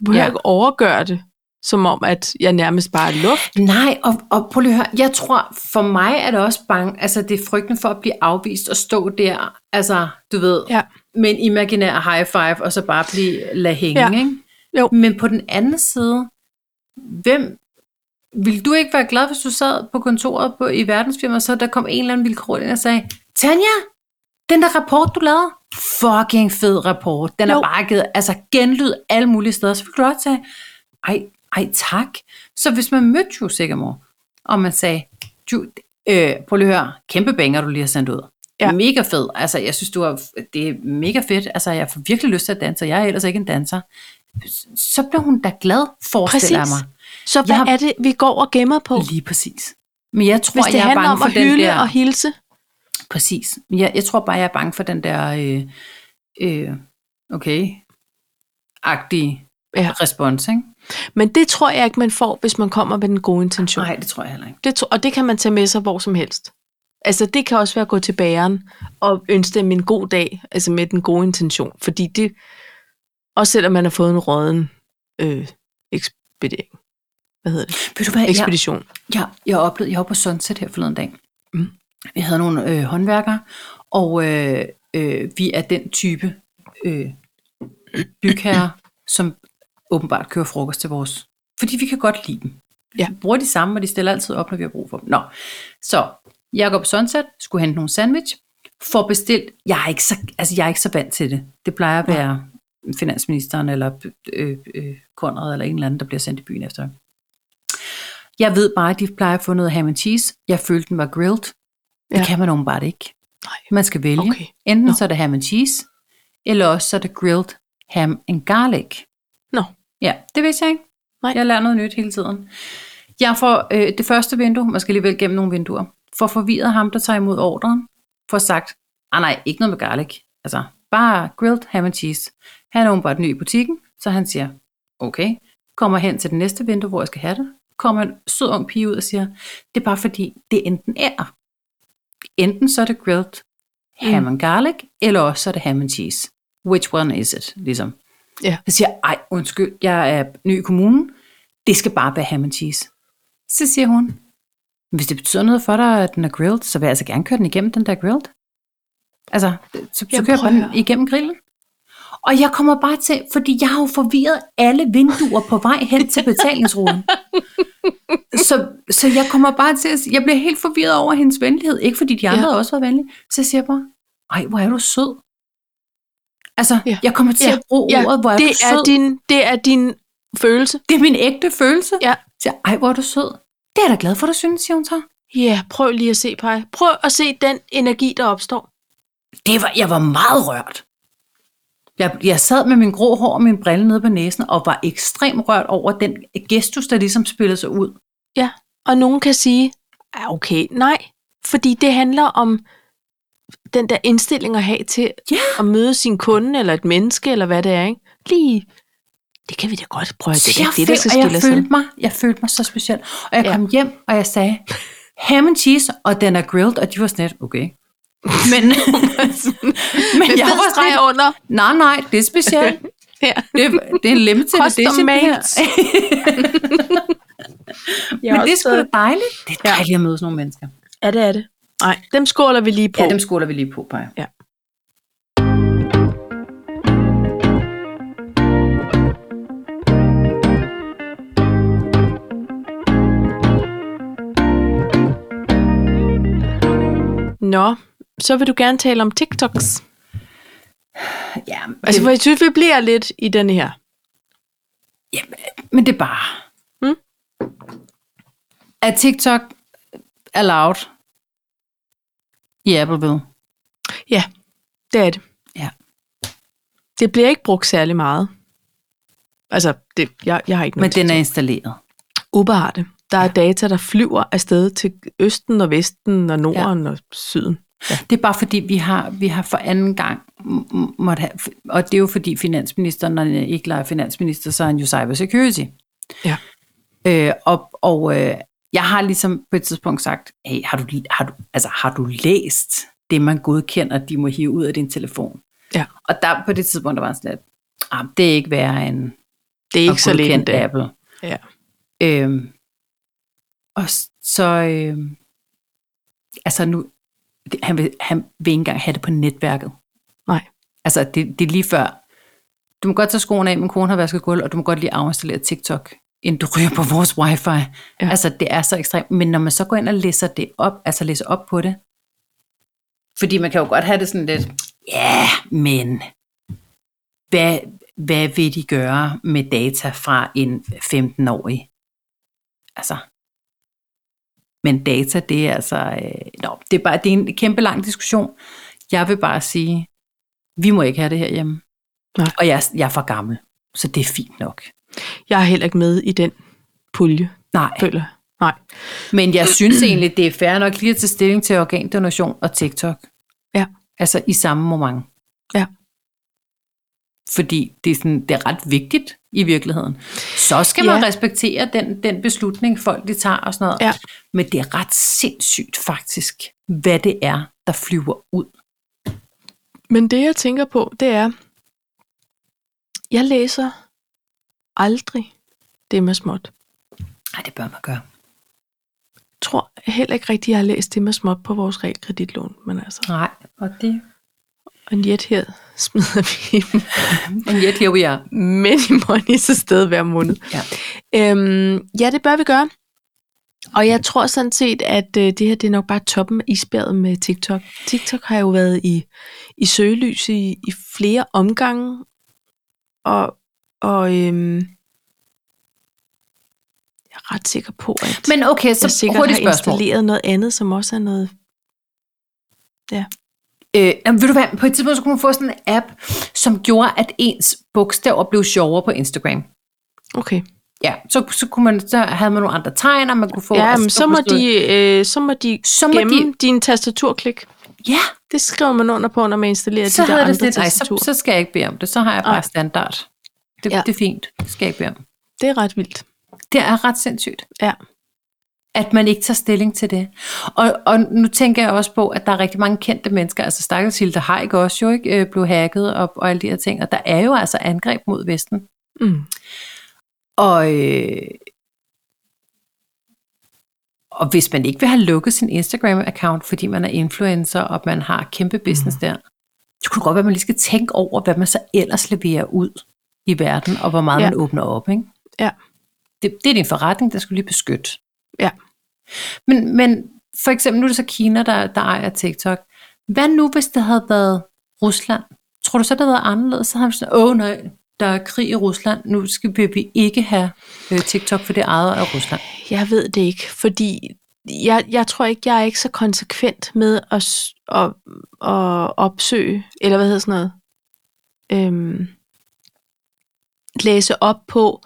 [SPEAKER 2] Du behøver
[SPEAKER 1] Ja.
[SPEAKER 2] ja. ikke overgøre det, som om, at jeg nærmest bare er luft.
[SPEAKER 1] Nej, og, og prøv lige at høre, jeg tror, for mig er det også bange, altså det er frygten for at blive afvist og stå der, altså du ved,
[SPEAKER 2] Ja.
[SPEAKER 1] med en imaginær high five, og så bare blive lad hænge,
[SPEAKER 2] Ja.
[SPEAKER 1] ikke?
[SPEAKER 2] Jo.
[SPEAKER 1] Men på den anden side, hvem, ville du ikke være glad, hvis du sad på kontoret på, i verdensfirma, så der kom en eller anden vilkårlig ind og sagde, Tanja, den der rapport, du lavede, fucking fed rapport. Den er
[SPEAKER 2] Jo.
[SPEAKER 1] bare givet, altså genlyd alle mulige steder. Så ville du også sige, ej, ej tak. Så hvis man mødte Drew Sigamore, og man sagde, Drew, øh, prøv lige at høre, kæmpe banger, du lige har sendt ud. Ja.
[SPEAKER 2] Ja.
[SPEAKER 1] Mega fed. Altså, jeg synes, du har, det er mega fedt. Altså, jeg får virkelig lyst til at danse, og jeg er ellers ikke en danser. Så blev hun da glad, forestiller jeg
[SPEAKER 2] Præcis.
[SPEAKER 1] mig.
[SPEAKER 2] Så hvad
[SPEAKER 1] Jeg har-
[SPEAKER 2] er det, vi går og gemmer på?
[SPEAKER 1] Lige præcis. Men jeg tror,
[SPEAKER 2] Oh. Hvis det
[SPEAKER 1] jeg er
[SPEAKER 2] handler
[SPEAKER 1] bange
[SPEAKER 2] om
[SPEAKER 1] for
[SPEAKER 2] at
[SPEAKER 1] den
[SPEAKER 2] hylde
[SPEAKER 1] der...
[SPEAKER 2] og hilse.
[SPEAKER 1] Præcis. Men Jeg, jeg tror bare, jeg er bange for den der... Øh, øh, okay... agtige ja.
[SPEAKER 2] Ja.
[SPEAKER 1] respons, ikke?
[SPEAKER 2] Men det tror jeg ikke, man får, hvis man kommer med den gode intention.
[SPEAKER 1] Nej, det tror jeg heller ikke.
[SPEAKER 2] Det, tro- og det kan man tage med sig hvor som helst. Altså det kan også være at gå til bageren og ønske dem en god dag, altså med den gode intention. Fordi det, også selvom man har fået en råden øh, ekspedering. Hvad hedder det?
[SPEAKER 1] Ved du hvad, jeg,
[SPEAKER 2] Ekspedition.
[SPEAKER 1] jeg, jeg oplevede... Jeg var på Sunset her forleden dag. Mm.
[SPEAKER 2] Mm.
[SPEAKER 1] Vi havde nogle øh, håndværkere, og øh, øh, vi er den type øh, bygherre, som åbenbart kører frokost til vores... Fordi vi kan godt lide dem. Ja.
[SPEAKER 2] Ja.
[SPEAKER 1] Vi bruger de samme, og de stiller altid op, når vi har brug for dem. Nå, så Jakob Sonsat skulle hente nogle sandwich, får bestilt, jeg er ikke så, altså jeg er ikke så vant til det. Det plejer at være finansministeren, eller øh, øh, Konrad, eller en eller anden, der bliver sendt i byen efter. Jeg ved bare, at de plejer at få noget ham and cheese. Jeg følte, den var grilled. Det
[SPEAKER 2] Ja.
[SPEAKER 1] kan man åbenbart ikke.
[SPEAKER 2] Nej.
[SPEAKER 1] Man skal vælge.
[SPEAKER 2] Okay.
[SPEAKER 1] Enten
[SPEAKER 2] Nå.
[SPEAKER 1] så er det ham and cheese, eller også så er det grilled ham and garlic.
[SPEAKER 2] Nå.
[SPEAKER 1] Ja, det vidste jeg ikke.
[SPEAKER 2] Nej.
[SPEAKER 1] Jeg lærer noget nyt hele tiden. Jeg får øh, det første vindue, man skal alligevel gennem nogle vinduer, får forvirret ham, der tager imod ordren, får sagt, ah nej, ikke noget med garlic. Altså, bare grilled ham and cheese. Han er åbenbart ny i butikken, så han siger, okay, kommer hen til det næste vindue, hvor jeg skal have det, kommer en sød ung pige ud og siger, det er bare fordi, det enten er. Enten så er det grilled ham
[SPEAKER 2] Mm.
[SPEAKER 1] and garlic, eller også så er det ham and cheese. Which one is it, ligesom.
[SPEAKER 2] Ja.
[SPEAKER 1] Så siger jeg, ej, undskyld, jeg er ny i kommunen, det skal bare være ham and cheese. Så siger hun, hvis det betyder noget for dig, at den er grilled, så vil jeg altså gerne køre den igennem, den der er grilled. Altså, så, så
[SPEAKER 2] Jamen,
[SPEAKER 1] kører jeg bare
[SPEAKER 2] prøv at
[SPEAKER 1] den
[SPEAKER 2] høre.
[SPEAKER 1] igennem grillen. Og jeg kommer bare til, fordi jeg har jo forvirret alle vinduer på vej hen til betalingsruden. så, så jeg kommer bare til at sige- jeg bliver helt forvirret over hendes venlighed. Ikke fordi de andre ja. også var venlige. Så jeg siger bare, ej, hvor er du sød. Altså, ja.
[SPEAKER 2] Ja.
[SPEAKER 1] jeg kommer til ja.
[SPEAKER 2] Ja.
[SPEAKER 1] at bruge ja.
[SPEAKER 2] Ja,
[SPEAKER 1] ordet, hvor er
[SPEAKER 2] det,
[SPEAKER 1] du sød.
[SPEAKER 2] er din, det er din følelse.
[SPEAKER 1] det er min ægte følelse.
[SPEAKER 2] Ja.
[SPEAKER 1] Så jeg, ej, hvor er du sød. Det er jeg da glad for, du synes, siger hun så.
[SPEAKER 2] Ja, prøv lige at se, Paj. Prøv at se den energi, der opstår.
[SPEAKER 1] Det var, jeg var meget rørt. Jeg, jeg sad med min grå hår og min brille nede på næsen, og var ekstremt rørt over den gestus, der ligesom spillede sig ud.
[SPEAKER 2] Ja, og nogen kan sige, "Ah, okay, nej, fordi det handler om den der indstilling at have til
[SPEAKER 1] Ja.
[SPEAKER 2] at møde sin kunde, eller et menneske, eller hvad det er, ikke? Lige, det kan vi da godt prøve. Det
[SPEAKER 1] Så
[SPEAKER 2] er da
[SPEAKER 1] jeg,
[SPEAKER 2] ikke det, der skal
[SPEAKER 1] føl- og
[SPEAKER 2] skille
[SPEAKER 1] jeg
[SPEAKER 2] os ad.
[SPEAKER 1] følte mig, jeg følte mig så speciel. Og jeg ja.
[SPEAKER 2] Ja.
[SPEAKER 1] kom hjem, og jeg sagde, ham and cheese, og den er grilled, og de var sådan lidt, okay. Men, men, men
[SPEAKER 2] Med
[SPEAKER 1] jeg
[SPEAKER 2] fed
[SPEAKER 1] var sådan
[SPEAKER 2] streg
[SPEAKER 1] lidt,
[SPEAKER 2] under.
[SPEAKER 1] nej, nej, det er specielt.
[SPEAKER 2] Ja.
[SPEAKER 1] Det, det er en limited
[SPEAKER 2] Custom
[SPEAKER 1] edition. det her. men det er sgu da dejligt. Det er
[SPEAKER 2] Ja.
[SPEAKER 1] dejligt at møde sådan nogle mennesker.
[SPEAKER 2] Er det, er det? Nej, dem skåler vi lige på.
[SPEAKER 1] Ja, dem skoler vi lige på, Paj.
[SPEAKER 2] Ja. Nå, så vil du gerne tale om TikToks.
[SPEAKER 1] ja men,
[SPEAKER 2] Altså, for jeg synes, vi bliver lidt i den her.
[SPEAKER 1] ja, men det er bare...
[SPEAKER 2] Mm.
[SPEAKER 1] Er TikTok allowed i Appleville?
[SPEAKER 2] Ja, det er det.
[SPEAKER 1] Ja.
[SPEAKER 2] Det bliver ikke brugt særlig meget. Altså, det, jeg, jeg har ikke
[SPEAKER 1] Men
[SPEAKER 2] noget
[SPEAKER 1] den er installeret.
[SPEAKER 2] Uber har det. Der er data, der flyver afsted til Østen og Vesten og Norden ja. og Syden.
[SPEAKER 1] Det er bare fordi, vi har, vi har for anden gang m- m- måtte have, og det er jo fordi finansministeren, når han ikke er finansminister, så er han jo cybersecurity.
[SPEAKER 2] Ja.
[SPEAKER 1] Øh, og og øh, jeg har ligesom på et tidspunkt sagt, hey, har du, har, du, altså, har du læst det, man godkender, de må hive ud af din telefon?
[SPEAKER 2] Ja.
[SPEAKER 1] Og der på det tidspunkt, der var sådan lidt, ah, det er ikke værre end
[SPEAKER 2] Det er ikke
[SPEAKER 1] at
[SPEAKER 2] så lidt
[SPEAKER 1] godkende
[SPEAKER 2] endda.
[SPEAKER 1] Apple.
[SPEAKER 2] Ja.
[SPEAKER 1] Øhm, og s- så, øhm, altså nu, det- han vil, han vil ikke engang have det på netværket.
[SPEAKER 2] Nej.
[SPEAKER 1] Altså, det, det er lige før. Du må godt tage skoene af, min kone har vasket gulv, og du må godt lige afinstallere TikTok, inden du ryger på vores wifi. Ja.
[SPEAKER 2] Ja.
[SPEAKER 1] Altså, det er så ekstremt. Men når man så går ind og læser det op, altså læser op på det, fordi man kan jo godt have det sådan lidt, ja, men hvad, hvad vil de gøre med data fra en 15-årig? Altså, men data, det er altså, øh, nå, det er bare det er en kæmpe lang diskussion. Jeg vil bare sige, vi må ikke have det herhjemme.
[SPEAKER 2] Nej.
[SPEAKER 1] Og jeg, jeg er for gammel, så det er fint nok.
[SPEAKER 2] Jeg er heller ikke med i den pulje,
[SPEAKER 1] Nej,
[SPEAKER 2] føler jeg. Nej.
[SPEAKER 1] men jeg synes egentlig, det er fair nok lige at tage stilling til organdonation og TikTok.
[SPEAKER 2] Ja.
[SPEAKER 1] Altså i samme moment.
[SPEAKER 2] Ja.
[SPEAKER 1] Fordi det er, sådan, det er ret vigtigt i virkeligheden. Så skal man
[SPEAKER 2] Ja.
[SPEAKER 1] respektere den, den beslutning, folk de tager og sådan noget.
[SPEAKER 2] Ja.
[SPEAKER 1] Men det er ret sindssygt faktisk, hvad det er, der flyver ud.
[SPEAKER 2] Men det, jeg tænker på, det er, jeg læser aldrig det med småt.
[SPEAKER 1] Nej, det bør man gøre.
[SPEAKER 2] Jeg tror heller ikke rigtigt, jeg har læst det med småt på vores realkreditlån. Men altså,
[SPEAKER 1] Nej, og det...
[SPEAKER 2] og net her smider vi
[SPEAKER 1] Men yet here we are.
[SPEAKER 2] many monies afsted hver måned.
[SPEAKER 1] Ja.
[SPEAKER 2] Øhm, ja, det bør vi gøre. Og jeg tror sådan set, at øh, det her det er nok bare toppen af isbjerget med TikTok. TikTok har jo været i, i søgelys i, i flere omgange, og, og øhm, jeg er ret sikker på, at
[SPEAKER 1] Men okay,
[SPEAKER 2] jeg
[SPEAKER 1] så
[SPEAKER 2] sikkert
[SPEAKER 1] hurtigt
[SPEAKER 2] har
[SPEAKER 1] spørgsmål.
[SPEAKER 2] installeret noget andet, som også er noget...
[SPEAKER 1] Øh, jamen, ved du hvad, på et tidspunkt så kunne man få sådan en app, som gjorde, at ens bogstaver blev sjovere på Instagram.
[SPEAKER 2] Okay.
[SPEAKER 1] Ja, så, så, kunne man, så havde man nogle andre tegn, og man kunne få...
[SPEAKER 2] Ja,
[SPEAKER 1] altså,
[SPEAKER 2] men
[SPEAKER 1] så
[SPEAKER 2] så
[SPEAKER 1] kunne
[SPEAKER 2] må,
[SPEAKER 1] man skrive-
[SPEAKER 2] de, øh, så må de
[SPEAKER 1] Så må
[SPEAKER 2] gemme
[SPEAKER 1] de...
[SPEAKER 2] din tastaturklik.
[SPEAKER 1] Ja,
[SPEAKER 2] Det skriver man under på, når man installerer
[SPEAKER 1] så
[SPEAKER 2] de der
[SPEAKER 1] havde
[SPEAKER 2] andre
[SPEAKER 1] det sådan, et, "Ej, så,
[SPEAKER 2] tastaturer.
[SPEAKER 1] så skal jeg ikke bede om det. Så har jeg bare
[SPEAKER 2] Nej.
[SPEAKER 1] standard. Det,
[SPEAKER 2] Ja.
[SPEAKER 1] det er fint. Det skal jeg ikke bede om.
[SPEAKER 2] Det er ret vildt.
[SPEAKER 1] Det er ret sindssygt.
[SPEAKER 2] Ja.
[SPEAKER 1] At man ikke tager stilling til det. Og, og nu tænker jeg også på, at der er rigtig mange kendte mennesker, altså stakkels Hilde har ikke også jo ikke øh, blev hacket og, og alle de her ting, og der er jo altså angreb mod Vesten.
[SPEAKER 2] Mm.
[SPEAKER 1] Og, øh, og hvis man ikke vil have lukket sin Instagram-account, fordi man er influencer, og man har kæmpe business mm. der, så kunne det godt være, at man lige skal tænke over, hvad man så ellers leverer ud i verden, og hvor meget
[SPEAKER 2] Ja.
[SPEAKER 1] ja. man åbner op. Ikke?
[SPEAKER 2] Ja.
[SPEAKER 1] Det, det er din forretning, der skulle lige beskytte.
[SPEAKER 2] Ja.
[SPEAKER 1] Men, men for eksempel, nu er det så Kina, der, der ejer TikTok. Hvad nu, hvis det havde været Rusland? Tror du så, det havde været anderledes? Så havde vi sådan, åh nej, der er krig i Rusland, nu skal vi, vi ikke have øh, TikTok, for det er ejet af Rusland.
[SPEAKER 2] Jeg ved det ikke, fordi jeg, jeg tror ikke, jeg er ikke så konsekvent med at, s- at, at opsøge, eller hvad hedder sådan noget, øhm, læse op på,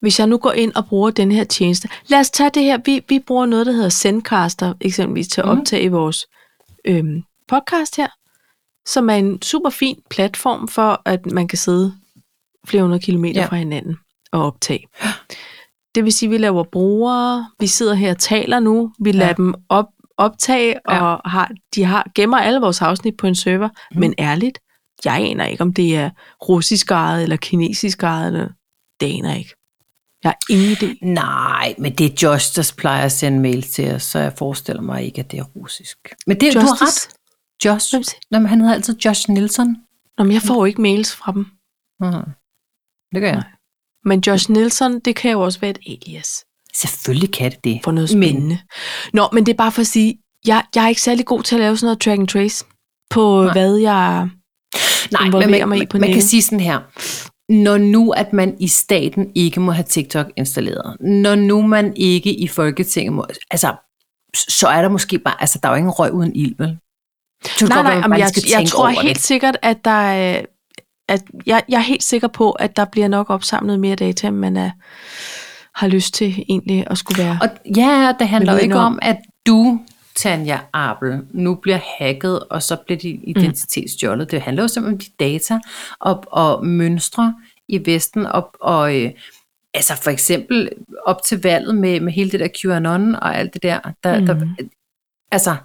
[SPEAKER 2] hvis jeg nu går ind og bruger den her tjeneste. Lad os tage det her, vi, vi bruger noget, der hedder Zencaster, eksempelvis til at
[SPEAKER 1] Mhm.
[SPEAKER 2] optage vores øhm, podcast her, som er en super fin platform for, at man kan sidde flere hundrede kilometer
[SPEAKER 1] Ja.
[SPEAKER 2] ja. fra hinanden og optage. Det vil sige, at vi laver brugere, vi sidder her og taler nu, vi lader
[SPEAKER 1] Ja.
[SPEAKER 2] ja. dem op, optage,
[SPEAKER 1] Ja.
[SPEAKER 2] og har, de har, gemmer alle vores afsnit på en server,
[SPEAKER 1] Mhm.
[SPEAKER 2] mm. men ærligt, jeg aner ikke, om det er russisk ejet eller kinesisk ejet, eller, det aner jeg ikke. Jeg har ingen idé.
[SPEAKER 1] Nej, men det er Justus, der plejer at sende mail til os, så jeg forestiller mig ikke, at det er russisk. Men det, du har ret. Josh.
[SPEAKER 2] Hvem siger-
[SPEAKER 1] Nå, men han hedder altid Josh Nielsen.
[SPEAKER 2] Nå, men jeg får jo ikke mails fra dem.
[SPEAKER 1] Mhm. Det gør jeg.
[SPEAKER 2] Nej. Men Josh Nielsen, det kan jo også være et alias
[SPEAKER 1] Selvfølgelig kan det det.
[SPEAKER 2] for noget
[SPEAKER 1] Men-
[SPEAKER 2] spændende. Men. Nå, men det er bare for at sige, jeg, jeg er ikke særlig god til at lave sådan noget track and trace på,
[SPEAKER 1] Nej.
[SPEAKER 2] Nej. hvad jeg...
[SPEAKER 1] Nej, men
[SPEAKER 2] involverer
[SPEAKER 1] man,
[SPEAKER 2] mig i
[SPEAKER 1] man,
[SPEAKER 2] på
[SPEAKER 1] man kan
[SPEAKER 2] nettet.
[SPEAKER 1] sige sådan her. Når nu, at man i staten ikke må have TikTok installeret, når nu man ikke i Folketinget må, altså, s- så er der måske bare, altså, der er jo ingen røg uden ild, vel? Så
[SPEAKER 2] Nej, nej,
[SPEAKER 1] man
[SPEAKER 2] jamen,
[SPEAKER 1] bare lige
[SPEAKER 2] jeg,
[SPEAKER 1] skal
[SPEAKER 2] jeg
[SPEAKER 1] tænke
[SPEAKER 2] tror
[SPEAKER 1] over
[SPEAKER 2] helt
[SPEAKER 1] det.
[SPEAKER 2] sikkert, at der er, at jeg, jeg er helt sikker på, at der bliver nok opsamlet mere data, end man er, har lyst til egentlig at skulle være.
[SPEAKER 1] Og ja, det handler jo
[SPEAKER 2] Men
[SPEAKER 1] ikke
[SPEAKER 2] når-
[SPEAKER 1] om, at du, Tanja Abel, nu bliver hacket, og så bliver din identitet stjålet. Det handler jo simpelthen om de data og, og mønstre i Vesten, og, og øh, altså for eksempel op til valget med, med hele det der QAnon og alt det der. der, mm. der altså,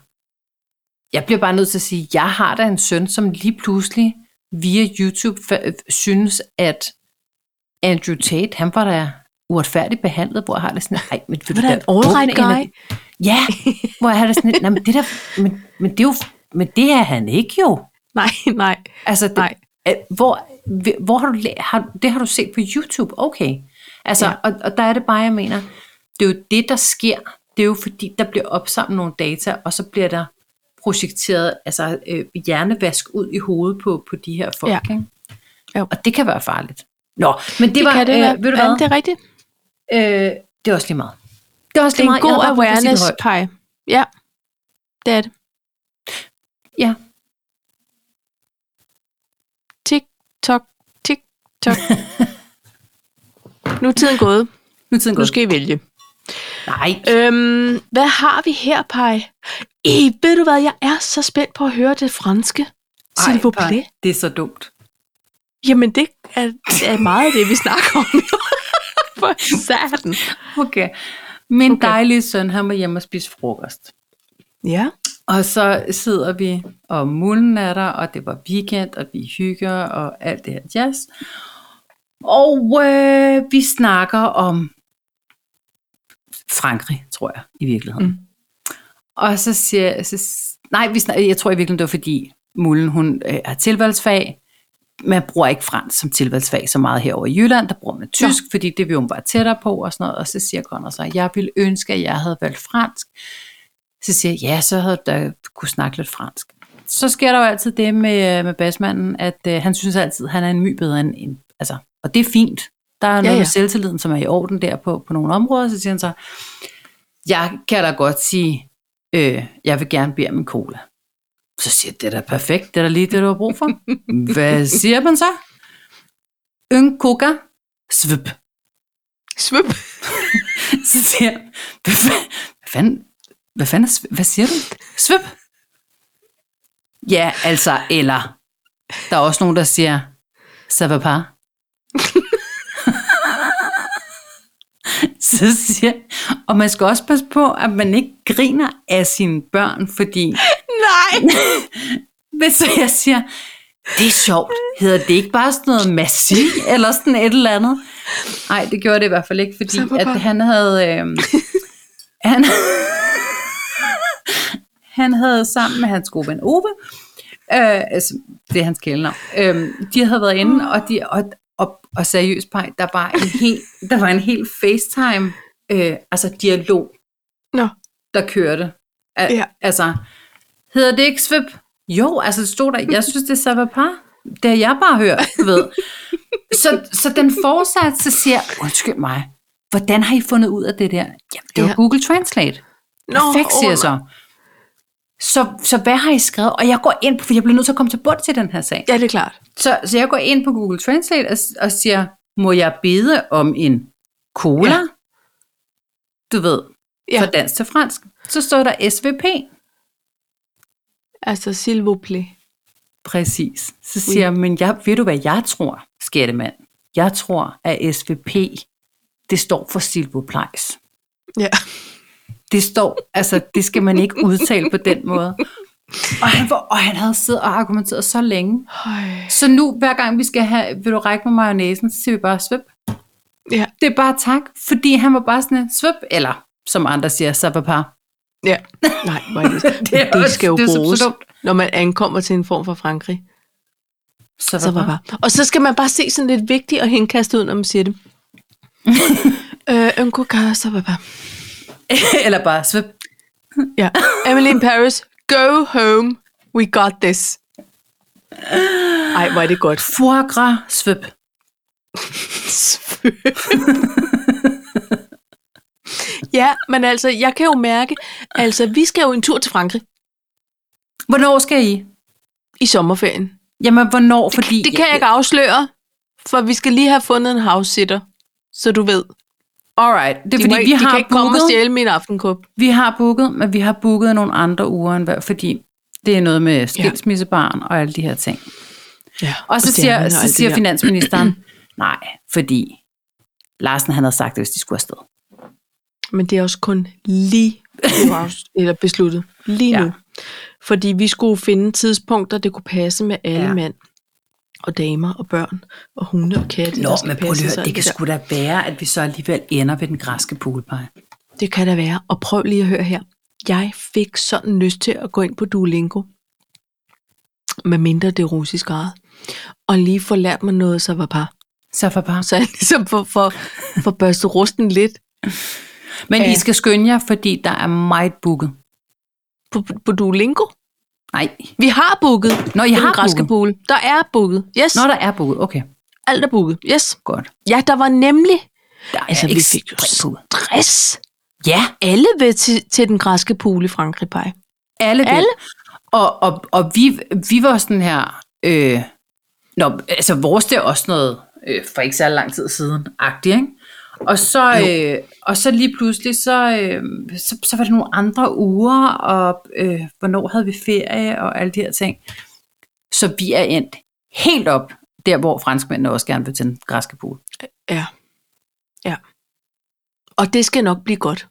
[SPEAKER 1] jeg bliver bare nødt til at sige, jeg har da en søn, som lige pludselig via YouTube fa- øh, synes, at Andrew Tate, han var da uretfærdigt behandlet, hvor jeg har det sådan, nej, men vil
[SPEAKER 2] Var
[SPEAKER 1] du da
[SPEAKER 2] der en all right
[SPEAKER 1] åbne en af-
[SPEAKER 2] guy?
[SPEAKER 1] Ja, hvor jeg har det sådan, nej, men det, der, men, men, det er jo, men det er han ikke jo.
[SPEAKER 2] Nej, nej,
[SPEAKER 1] Altså, det,
[SPEAKER 2] nej.
[SPEAKER 1] Øh, Hvor, hvi- hvor har du, læ- har, det har du set på YouTube, okay. Altså, ja.
[SPEAKER 2] Ja.
[SPEAKER 1] og, og der er det bare, jeg mener, det er jo det, der sker. Det er jo fordi, der bliver opsamlet nogle data, og så bliver der projekteret altså, øh, hjernevask ud i hovedet på, på de her folk.
[SPEAKER 2] Ja.
[SPEAKER 1] Ikke?
[SPEAKER 2] Jo.
[SPEAKER 1] Og det kan være farligt. Nå, men det,
[SPEAKER 2] Det
[SPEAKER 1] var,
[SPEAKER 2] kan det være.
[SPEAKER 1] øh, ved du
[SPEAKER 2] Ja,
[SPEAKER 1] hvad,
[SPEAKER 2] det er rigtigt.
[SPEAKER 1] det... Øh, det er også lige meget. Det er også lige
[SPEAKER 2] Det er en
[SPEAKER 1] meget. Jeg
[SPEAKER 2] god
[SPEAKER 1] havde bare brug for at sige det
[SPEAKER 2] awareness,
[SPEAKER 1] højt.
[SPEAKER 2] Paj. Ja, det er det.
[SPEAKER 1] Ja.
[SPEAKER 2] Tik, tok, tik, tok. nu er tiden gået.
[SPEAKER 1] Nu er tiden Øh,
[SPEAKER 2] Nu
[SPEAKER 1] gået.
[SPEAKER 2] skal I vælge.
[SPEAKER 1] Nej,
[SPEAKER 2] Øhm, hvad har vi her, Paj? Ej, ved du hvad, jeg er så spændt på at høre det franske.
[SPEAKER 1] Ej,
[SPEAKER 2] S'il vous
[SPEAKER 1] Paj,
[SPEAKER 2] plaît.
[SPEAKER 1] det er så dumt.
[SPEAKER 2] Jamen, det er, er meget af det, vi snakker om. For satan.
[SPEAKER 1] Okay. Min okay.
[SPEAKER 2] Okay.
[SPEAKER 1] dejlige søn, han var hjemme og spise frokost.
[SPEAKER 2] Ja.
[SPEAKER 1] Og så sidder vi, og mulden er der, og det var weekend, og vi hygger, og alt det her jazz. Og øh, vi snakker om Frankrig, tror jeg, i virkeligheden. Mm.
[SPEAKER 2] Mm.
[SPEAKER 1] Og så siger så, s- nej, vi snakker, jeg tror i virkeligheden, det var fordi mulden, hun øh, har tilvalgsfag, man bruger ikke fransk som tilvalgsfag så meget herover i Jylland, der bruger man tysk, ja. fordi det vi jo bare tættere på og sådan noget, og så siger Conrad så, jeg ville ønske, at jeg havde valgt fransk. Så siger jeg, ja, så havde jeg kunne snakke lidt fransk. Så sker der jo altid det med, med basmanden, at øh, han synes altid, at han er en my bedre end en, altså, og det er fint. Der er noget ja, ja. med selvtilliden, som er i orden der på, på nogle områder, så siger han så, jeg kan da godt sige, øh, jeg vil gerne bede om en cola. Så siger jeg, det er da perfekt, det er da lige det, du har brug for. Hvad siger man så? En coca, svip.
[SPEAKER 2] Svøb.
[SPEAKER 1] Så siger jeg, hvad, fa- hvad fanden, hvad fanden er svip? Hvad siger du? Svip? Ja, altså, eller, der er også nogen, der siger, ça va pas. så siger, og man skal også passe på, at man ikke griner af sine børn, fordi
[SPEAKER 2] Nej.
[SPEAKER 1] hvis så jeg siger, det er sjovt, hedder det ikke bare sådan noget massi, eller sådan et eller andet? Nej, det gjorde det i hvert fald ikke, fordi
[SPEAKER 2] Så hvorfor?
[SPEAKER 1] at han havde... Øh, han, han havde sammen med hans gode ven Ove, øh, altså, det er hans kælenavn, øh, de havde været inde, og, de, og, og, og seriøst, Paj, der var en hel, der var en hel FaceTime, øh, altså dialog,
[SPEAKER 2] Nå,
[SPEAKER 1] der kørte. Al-
[SPEAKER 2] Ja.
[SPEAKER 1] ja. Altså, hedder det ikke svip? Jo, altså det stod der, jeg synes, det er savapar. Det har jeg bare hørt, du ved. så, så den fortsat, så siger jeg, undskyld mig, hvordan har I fundet ud af det der? Jamen, det var
[SPEAKER 2] Ja.
[SPEAKER 1] ja. Google Translate.
[SPEAKER 2] Nå,
[SPEAKER 1] Perfekt, siger
[SPEAKER 2] åh,
[SPEAKER 1] jeg så. så. Så hvad har I skrevet? Og jeg går ind på, for jeg bliver nødt til at komme til bund til den her sag.
[SPEAKER 2] Ja, det er klart.
[SPEAKER 1] Så, så jeg går ind på Google Translate og, og siger, må jeg bede om en cola?
[SPEAKER 2] Ja.
[SPEAKER 1] Ja. Du ved,
[SPEAKER 2] Ja.
[SPEAKER 1] ja. fra dansk til fransk. Så står der SVP.
[SPEAKER 2] Altså, silvople.
[SPEAKER 1] Præcis. Så siger jeg, men jeg, ved du hvad jeg tror, skattemand? Jeg tror, at SVP, det står for silvoplejs.
[SPEAKER 2] Ja.
[SPEAKER 1] Det står, altså det skal man ikke udtale på den måde. Og han, var, og han havde siddet og argumenteret så længe.
[SPEAKER 2] Høj.
[SPEAKER 1] Så nu, hver gang vi skal have, vil du række mig majonæsen, så siger vi bare svøb.
[SPEAKER 2] Ja,
[SPEAKER 1] Det er bare tak, fordi han var bare sådan en svøb, eller som andre siger, sabapar.
[SPEAKER 2] ja. Nej, hvor er det. det,
[SPEAKER 1] er
[SPEAKER 2] det
[SPEAKER 1] også-
[SPEAKER 2] skal jo
[SPEAKER 1] det er så- så
[SPEAKER 2] bruges,
[SPEAKER 1] dumt.
[SPEAKER 2] når man ankommer til en form for Frankrig. Så var
[SPEAKER 1] Sabapar.
[SPEAKER 2] bare. Og så skal man bare se sådan lidt vigtigt og henkaste ud, når man siger det. øh, en coca, så var bare.
[SPEAKER 1] eller bare svøb.
[SPEAKER 2] Ja. Emily in Paris, go home, we got this. Ej, hvor er det godt.
[SPEAKER 1] Foie gras, svøb.
[SPEAKER 2] ja, men altså, jeg kan jo mærke, altså, vi skal jo en tur til Frankrig
[SPEAKER 1] Hvornår skal I?
[SPEAKER 2] i sommerferien.
[SPEAKER 1] Jamen, hvornår? Fordi
[SPEAKER 2] Det kan jeg ikke afsløre, for vi skal lige have fundet en house-sitter, så du ved.
[SPEAKER 1] Alright, det er
[SPEAKER 2] De,
[SPEAKER 1] fordi,
[SPEAKER 2] må,
[SPEAKER 1] vi
[SPEAKER 2] ikke- de
[SPEAKER 1] har,
[SPEAKER 2] kan ikke komme og
[SPEAKER 1] booket,
[SPEAKER 2] stjæle min aftenkop.
[SPEAKER 1] vi har booket, men vi har booket nogle andre uger end hver, fordi det er noget med skilsmissebarn og alle de her ting.
[SPEAKER 2] Ja,
[SPEAKER 1] Og så siger, så siger finansministeren, nej, fordi Larsen han havde sagt det, hvis de skulle afsted.
[SPEAKER 2] Men det er også kun lige nu afs- eller besluttet. Lige ja.
[SPEAKER 1] Ja.
[SPEAKER 2] nu. Fordi vi skulle finde tidspunkter, det kunne passe med alle ja.
[SPEAKER 1] Ja.
[SPEAKER 2] mænd og damer og børn og hunde og katte.
[SPEAKER 1] Nå,
[SPEAKER 2] der skal
[SPEAKER 1] men prøv
[SPEAKER 2] passes
[SPEAKER 1] lige at
[SPEAKER 2] og
[SPEAKER 1] høre, det
[SPEAKER 2] alt
[SPEAKER 1] kan
[SPEAKER 2] der.
[SPEAKER 1] sgu da være, at vi så alligevel ender ved den græske poolpej.
[SPEAKER 2] Det kan der være. Og prøv lige at høre her. Jeg fik sådan lyst til at gå ind på Duolingo. Med mindre det er russisk eget. Og lige få lært mig noget, så var par.
[SPEAKER 1] Så for bare.
[SPEAKER 2] Så jeg ligesom får, får, får børstet rusten lidt
[SPEAKER 1] Men
[SPEAKER 2] Ja.
[SPEAKER 1] I skal skynde jer, fordi der er meget booket.
[SPEAKER 2] på, på Duolingo.
[SPEAKER 1] Nej.
[SPEAKER 2] Vi har booket.
[SPEAKER 1] Nå, I
[SPEAKER 2] på den
[SPEAKER 1] har
[SPEAKER 2] græske
[SPEAKER 1] booket.
[SPEAKER 2] pool. Der er booket. Yes,
[SPEAKER 1] Nå, der er booket. Okay,
[SPEAKER 2] alt er booket. Yes.
[SPEAKER 1] godt.
[SPEAKER 2] Ja, der var nemlig
[SPEAKER 1] Der
[SPEAKER 2] Altså,
[SPEAKER 1] er
[SPEAKER 2] vi fik jo
[SPEAKER 1] ekstremt booket.
[SPEAKER 2] 60.
[SPEAKER 1] Ja,
[SPEAKER 2] Alle ved til, til den græske pool i Frankrig, Paj.
[SPEAKER 1] Alle vil.
[SPEAKER 2] Alle.
[SPEAKER 1] Alle. Og, og, og vi, vi var sådan her... Øh, nå, altså vores det er også noget øh, for ikke særlig lang tid siden, agtigt, ikke? Og så, øh, og så lige pludselig, så, øh, så, så var det nogle andre uger, og øh, hvornår havde vi ferie, og alle de her ting. Så vi er endt helt op, der hvor franskmændene også gerne vil til den græske pool.
[SPEAKER 2] Ja. Ja. Og det skal nok blive godt.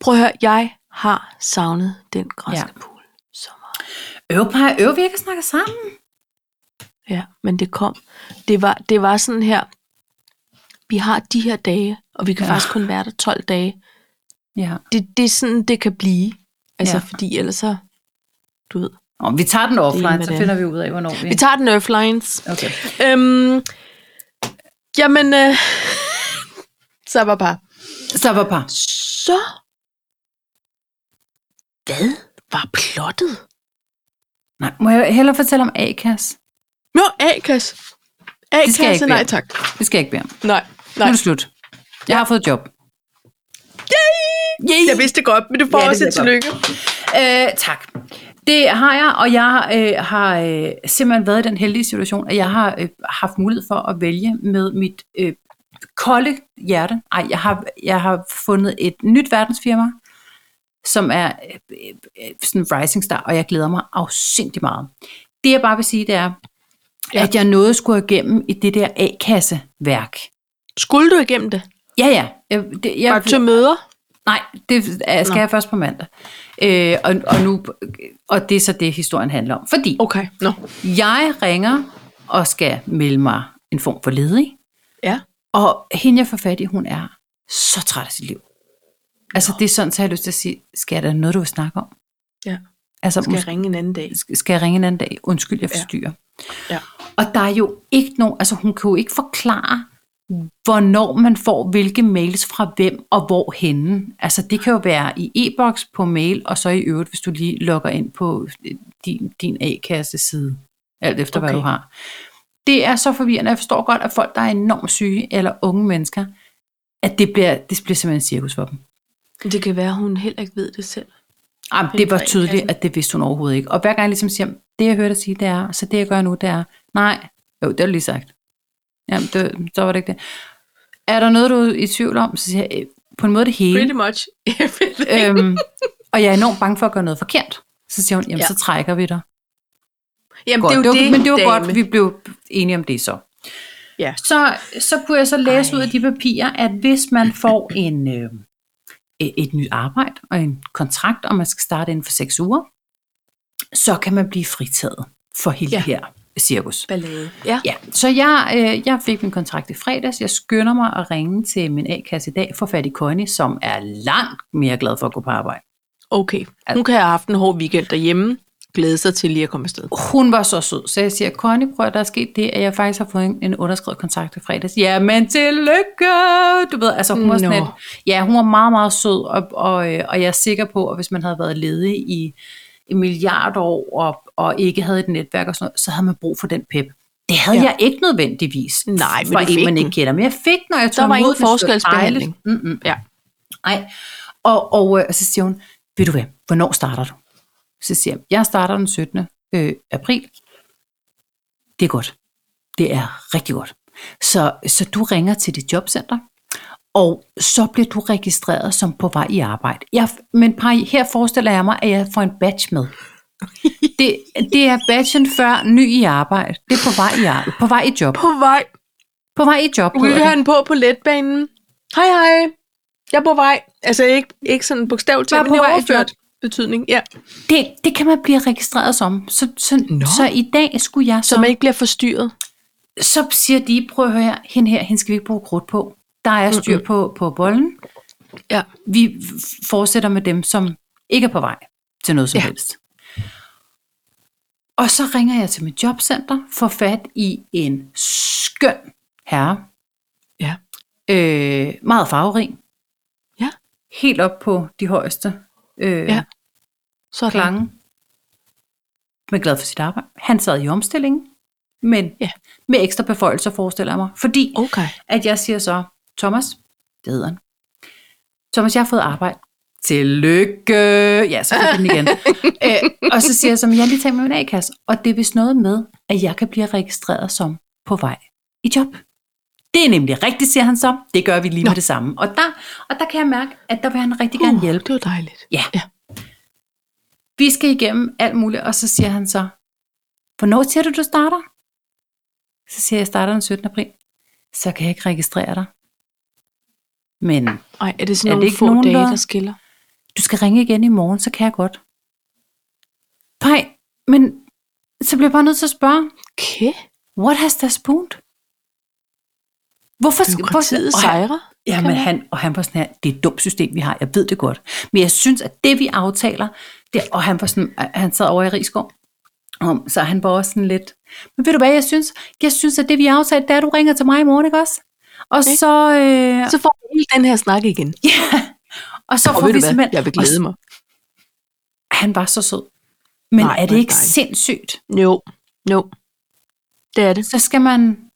[SPEAKER 2] Prøv at høre, jeg har savnet den græske ja. pool så meget.
[SPEAKER 1] Øvepar, øver vi ikke at snakke sammen?
[SPEAKER 2] Ja, men det kom. Det var, det var sådan her, vi har de her dage, og vi kan ja.
[SPEAKER 1] Ja.
[SPEAKER 2] faktisk kun være der 12 dage.
[SPEAKER 1] Ja.
[SPEAKER 2] Det, det er sådan, det kan blive. Altså, ja.
[SPEAKER 1] Ja.
[SPEAKER 2] fordi ellers så, du ved,
[SPEAKER 1] Nå, vi tager den
[SPEAKER 2] Det er,
[SPEAKER 1] offline,
[SPEAKER 2] hvad
[SPEAKER 1] så
[SPEAKER 2] det er.
[SPEAKER 1] finder vi ud af, hvornår vi...
[SPEAKER 2] Vi tager den offlines.
[SPEAKER 1] Okay.
[SPEAKER 2] Øhm, jamen, øh, så var bare.
[SPEAKER 1] Så var par.
[SPEAKER 2] Så hvad var plottet?
[SPEAKER 1] Nej, må jeg hellere fortælle om A-kasse?
[SPEAKER 2] Nå, A-kasse.
[SPEAKER 1] Det skal jeg
[SPEAKER 2] A-kasse,
[SPEAKER 1] ikke
[SPEAKER 2] nej
[SPEAKER 1] bede
[SPEAKER 2] tak.
[SPEAKER 1] Det skal jeg ikke bede om.
[SPEAKER 2] Nej,
[SPEAKER 1] Nu
[SPEAKER 2] nej.
[SPEAKER 1] er det slut. Jeg har fået job. Yay! Yay!
[SPEAKER 2] Jeg vidste det godt, men du får
[SPEAKER 1] Ja,
[SPEAKER 2] ja,
[SPEAKER 1] det
[SPEAKER 2] også
[SPEAKER 1] ved
[SPEAKER 2] et
[SPEAKER 1] jeg
[SPEAKER 2] tillykke.
[SPEAKER 1] Øh, tak. Det har jeg, og jeg øh, har øh, simpelthen været i den heldige situation, at jeg har øh, haft mulighed for at vælge med mit øh, kolde hjerte. Ej, jeg har, jeg har fundet et nyt verdensfirma, som er øh, øh, sådan en rising star, og jeg glæder mig afsindig meget. Det jeg bare vil sige, det er,
[SPEAKER 2] Ja.
[SPEAKER 1] ja. at jeg nåede skulle igennem i det der A-kasseværk.
[SPEAKER 2] Skulle du igennem det?
[SPEAKER 1] Ja, ja. Jeg, det, jeg,
[SPEAKER 2] Var du til møder?
[SPEAKER 1] Nej, det er- skal
[SPEAKER 2] Nå.
[SPEAKER 1] Nå. jeg først på mandag. Øh, og, og, nu, og det er så det, historien handler om. Fordi
[SPEAKER 2] Okay, nå.
[SPEAKER 1] jeg ringer og skal melde mig en form for ledig.
[SPEAKER 2] Ja.
[SPEAKER 1] Og hende, jeg får fat i, hun er så træt af sit liv. Altså, det er sådan, så jeg har lyst til at sige, skal der noget, du vil snakke om?
[SPEAKER 2] Ja.
[SPEAKER 1] Altså,
[SPEAKER 2] Skal jeg ringe en anden dag?
[SPEAKER 1] ringe? skal jeg ringe en anden dag? Undskyld, jeg
[SPEAKER 2] Ja.
[SPEAKER 1] forstyrrer.
[SPEAKER 2] Ja.
[SPEAKER 1] Og der er jo ikke nogen, altså hun kan jo ikke forklare, hvornår man får hvilke mails fra hvem og hvor henne. Altså det kan jo være i e-boks på mail, og så i øvrigt, hvis du lige logger ind på øh, din, din A-kasse side, alt efter okay.
[SPEAKER 2] Okay.
[SPEAKER 1] hvad du har. Det er så forvirrende. Jeg forstår godt, at folk, der er enormt syge, eller unge mennesker, at det bliver, det bliver simpelthen en cirkus for dem.
[SPEAKER 2] Det kan være, hun heller ikke ved det selv.
[SPEAKER 1] Ej, men
[SPEAKER 2] Hende
[SPEAKER 1] det var
[SPEAKER 2] fra
[SPEAKER 1] tydeligt,
[SPEAKER 2] A-kassen.
[SPEAKER 1] at det vidste hun overhovedet ikke. Og hver gang jeg ligesom siger, det jeg hører dig sige, det er, så det jeg gør nu, det er, nej, jo, det har du lige sagt. Jamen, det, så var det ikke det. Er der noget, du er i tvivl om? Så siger jeg, "Øh, på en måde det hele.
[SPEAKER 2] Pretty much.
[SPEAKER 1] Øhm, og jeg er enormt bange for at gøre noget forkert. Så siger hun, jamen
[SPEAKER 2] Ja.
[SPEAKER 1] ja. så trækker vi dig.
[SPEAKER 2] Jamen,
[SPEAKER 1] Godt.
[SPEAKER 2] det er jo det,
[SPEAKER 1] men det var
[SPEAKER 2] dame.
[SPEAKER 1] godt, vi blev enige om det så.
[SPEAKER 2] Ja.
[SPEAKER 1] Så, så kunne jeg så læse
[SPEAKER 2] Ej.
[SPEAKER 1] Ej. ud af de papirer, at hvis man får en, øh, et et nyt arbejde og en kontrakt, og man skal starte inden for seks uger, så kan man blive fritaget for hele
[SPEAKER 2] Ja.
[SPEAKER 1] ja. det her cirkus.
[SPEAKER 2] Ballade. Ja.
[SPEAKER 1] Ja, så jeg, øh, jeg fik min kontrakt i fredags. Jeg skynder mig at ringe til min A-kasse i dag for fat i Connie, som er langt mere glad for at gå på arbejde.
[SPEAKER 2] Okay. Hun kan have haft en hård weekend derhjemme. Glæde sig til lige at komme afsted.
[SPEAKER 1] Hun var så sød, så jeg siger, Connie, prøv at der er sket det, at jeg faktisk har fået en, en underskrevet kontrakt i fredags. Jamen, tillykke! Du ved, altså hun var sådan
[SPEAKER 2] Nå.
[SPEAKER 1] lidt, ja, hun var meget, meget sød, og, og, øh, og jeg er sikker på, at hvis man havde været ledig i en milliard år, og, og ikke havde et netværk og sådan noget, så havde man brug for den pep. Det havde
[SPEAKER 2] Ja.
[SPEAKER 1] ja. jeg ikke nødvendigvis.
[SPEAKER 2] Nej, men
[SPEAKER 1] for
[SPEAKER 2] du fik
[SPEAKER 1] en, man
[SPEAKER 2] den.
[SPEAKER 1] ikke kender. Men jeg fik, når jeg
[SPEAKER 2] Der
[SPEAKER 1] tog
[SPEAKER 2] var
[SPEAKER 1] imod
[SPEAKER 2] ingen forskelsbehandling.
[SPEAKER 1] Mm-mm.
[SPEAKER 2] Ja.
[SPEAKER 1] Nej. Og, og, øh, og så siger hun, ved du hvad, hvornår starter du? Så siger jeg, jeg starter den 17. Øh, april. Det er godt. Det er rigtig godt. Så, så du ringer til dit jobcenter, og så bliver du registreret som på vej i arbejde. Jeg, men par, her forestiller jeg mig, at jeg får en badge med. Det, det er badgen før ny i arbejde. Det er på vej i, ar- på vej i job.
[SPEAKER 2] På vej.
[SPEAKER 1] På vej i job.
[SPEAKER 2] Du kan
[SPEAKER 1] hedder
[SPEAKER 2] lige
[SPEAKER 1] det.
[SPEAKER 2] have den på på letbanen. Hej, hej. Jeg er på vej. Altså ikke, ikke sådan bogstav til,
[SPEAKER 1] Bare
[SPEAKER 2] men
[SPEAKER 1] på
[SPEAKER 2] i
[SPEAKER 1] vej,
[SPEAKER 2] overført betydning. Ja.
[SPEAKER 1] Det, det kan man blive registreret som. Så, så,
[SPEAKER 2] Nå.
[SPEAKER 1] så i dag skulle jeg
[SPEAKER 2] Så
[SPEAKER 1] så...
[SPEAKER 2] man ikke bliver forstyrret.
[SPEAKER 1] så siger de, prøv at høre her, hende her, hende skal vi ikke bruge krudt på. Der er styr på, på bolden.
[SPEAKER 2] Ja.
[SPEAKER 1] Vi f- fortsætter med dem, som ikke er på vej til noget som
[SPEAKER 2] Ja.
[SPEAKER 1] ja. helst. Og så ringer jeg til mit jobcenter, får fat i en skøn herre.
[SPEAKER 2] Ja.
[SPEAKER 1] Øh, meget farverig.
[SPEAKER 2] Ja.
[SPEAKER 1] Helt op på de højeste øh,
[SPEAKER 2] Ja.
[SPEAKER 1] ja.
[SPEAKER 2] Sådan.
[SPEAKER 1] klange. Men glad for sit arbejde. Han sad i omstillingen, men
[SPEAKER 2] Ja. Oh.
[SPEAKER 1] ja. med ekstra beføjelser, forestiller jeg mig. Fordi
[SPEAKER 2] Okay.
[SPEAKER 1] at jeg siger så, Thomas, det hedder han. Thomas, jeg har fået arbejde. Tillykke! Ja, så fik jeg den igen. Æ, og så siger jeg så, "Men jeg har lige tænkt med min A-kasse. Og det er vist noget med, at jeg kan blive registreret som på vej i job. Det er nemlig rigtigt, siger han så. Det gør vi lige
[SPEAKER 2] Nå.
[SPEAKER 1] med det samme. Og der, og der kan jeg mærke, at der vil han rigtig gerne
[SPEAKER 2] Uh,
[SPEAKER 1] hjælpe
[SPEAKER 2] Det var dejligt.
[SPEAKER 1] vi skal igennem alt muligt, og så siger han så, hvornår siger du, du starter? Så siger jeg, jeg starter den 17. april. Så kan jeg ikke registrere dig. Men
[SPEAKER 2] Ej, er det sådan
[SPEAKER 1] Er det
[SPEAKER 2] nogle
[SPEAKER 1] ikke
[SPEAKER 2] få
[SPEAKER 1] nogen,
[SPEAKER 2] dage,
[SPEAKER 1] der-
[SPEAKER 2] der skiller?
[SPEAKER 1] du skal ringe igen i morgen, så kan jeg godt. Nej, men så bliver jeg bare nødt til at spørge,
[SPEAKER 2] Okay.
[SPEAKER 1] what has that spooned? Hvorfor skal
[SPEAKER 2] Byråkratiet
[SPEAKER 1] og han-
[SPEAKER 2] sejrer.
[SPEAKER 1] Ja,
[SPEAKER 2] Kan
[SPEAKER 1] men
[SPEAKER 2] man?
[SPEAKER 1] han, og han var sådan her, det er et dumt system, vi har, jeg ved det godt. Men jeg synes, at det vi aftaler, det, og han, var sådan, han sad over i Rigskov, om, så han var også sådan lidt, men ved du hvad, jeg synes, jeg synes at det vi aftalte, det er, at du ringer til mig i morgen, ikke også? Og
[SPEAKER 2] Ikke?
[SPEAKER 1] så, øh,
[SPEAKER 2] Så får vi hele den her snak igen.
[SPEAKER 1] og så
[SPEAKER 2] Og
[SPEAKER 1] får vi
[SPEAKER 2] ved du hvad?
[SPEAKER 1] simpelthen...
[SPEAKER 2] Jeg vil
[SPEAKER 1] og
[SPEAKER 2] glæde mig.
[SPEAKER 1] Han var så sød. Men
[SPEAKER 2] Nej,
[SPEAKER 1] nej, er det
[SPEAKER 2] hvor
[SPEAKER 1] ikke
[SPEAKER 2] dejligt.
[SPEAKER 1] sindssygt?
[SPEAKER 2] Jo, jo. Det er det.
[SPEAKER 1] Så skal man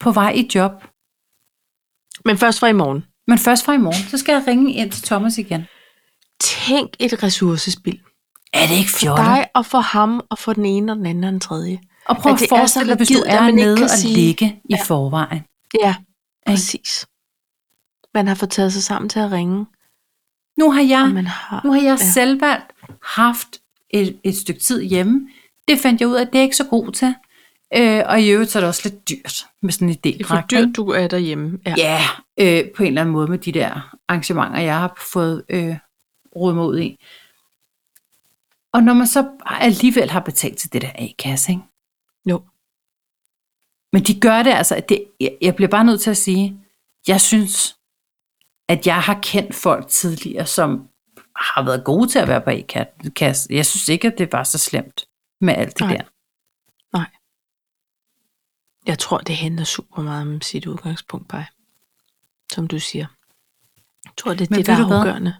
[SPEAKER 1] på vej i job.
[SPEAKER 2] Men først fra i morgen.
[SPEAKER 1] Men først fra i morgen, så skal jeg ringe ind til Thomas igen.
[SPEAKER 2] Tænk et ressourcespild.
[SPEAKER 1] Er det ikke
[SPEAKER 2] For
[SPEAKER 1] fjollet?
[SPEAKER 2] dig og for ham og for den ene og den anden og den tredje.
[SPEAKER 1] Og prøv
[SPEAKER 2] Men
[SPEAKER 1] at
[SPEAKER 2] det er
[SPEAKER 1] forestille
[SPEAKER 2] så
[SPEAKER 1] dig, hvis du
[SPEAKER 2] rigidt, at
[SPEAKER 1] er
[SPEAKER 2] man ikke
[SPEAKER 1] nede
[SPEAKER 2] kan
[SPEAKER 1] og
[SPEAKER 2] sige-
[SPEAKER 1] ligge i forvejen.
[SPEAKER 2] Ja, præcis. Man har fået taget sig sammen til at ringe,
[SPEAKER 1] Nu har jeg,
[SPEAKER 2] og man har...
[SPEAKER 1] nu har jeg
[SPEAKER 2] Ja.
[SPEAKER 1] ja. selvvalgt haft et, et stykke tid hjemme. Det fandt jeg ud af, at det er jeg ikke så god til. Øh, og i øvrigt så er det også lidt dyrt med sådan en idé.
[SPEAKER 2] Det er for dyrt, du er derhjemme. Ja.
[SPEAKER 1] Ja, øh, på en eller anden måde med de der arrangementer, jeg har fået øh, rodet mig ud i. Og når man så alligevel har betalt til det der A-kasse, ikke?
[SPEAKER 2] Jo.
[SPEAKER 1] Men de gør det altså, at det, jeg, jeg bliver bare nødt til at sige, jeg synes, at jeg har kendt folk tidligere, som har været gode til at være på A-kasse. Jeg synes ikke, at det var så slemt med alt det
[SPEAKER 2] Nej.
[SPEAKER 1] der.
[SPEAKER 2] Jeg tror, det handler super meget om sit udgangspunkt, Paj. Som du siger. Jeg tror, det er
[SPEAKER 1] Men
[SPEAKER 2] det, der
[SPEAKER 1] ved
[SPEAKER 2] er
[SPEAKER 1] du hvad?
[SPEAKER 2] afgørende.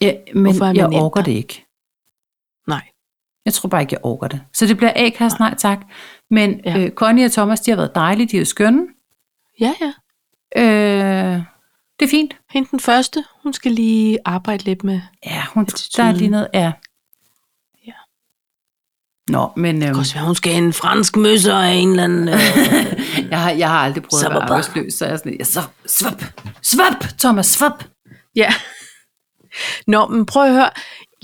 [SPEAKER 1] Ja, men
[SPEAKER 2] Hvorfor er man
[SPEAKER 1] jeg
[SPEAKER 2] nemt
[SPEAKER 1] orker
[SPEAKER 2] der?
[SPEAKER 1] det ikke.
[SPEAKER 2] Nej.
[SPEAKER 1] Jeg tror bare ikke, jeg orker det. Så det bliver A-kasse, nej tak. Men
[SPEAKER 2] Ja.
[SPEAKER 1] ja. øh, Connie og Thomas, de har været dejlige, de er skønne.
[SPEAKER 2] Ja, ja.
[SPEAKER 1] Øh, det er fint.
[SPEAKER 2] Hende den første, hun skal lige arbejde lidt med.
[SPEAKER 1] Ja, hun,
[SPEAKER 2] Attitude.
[SPEAKER 1] der er lige noget, ja.
[SPEAKER 2] Ja.
[SPEAKER 1] Nå, men øhm,
[SPEAKER 2] Det kan også være, hun skal have en fransk møsse og en eller anden... Øh,
[SPEAKER 1] jeg, har, jeg har aldrig prøvet at være
[SPEAKER 2] Svapper.
[SPEAKER 1] arbejdsløs, så jeg er sådan, ja, så, svap, svap, Thomas, svap.
[SPEAKER 2] Ja. Nå, men prøv at høre.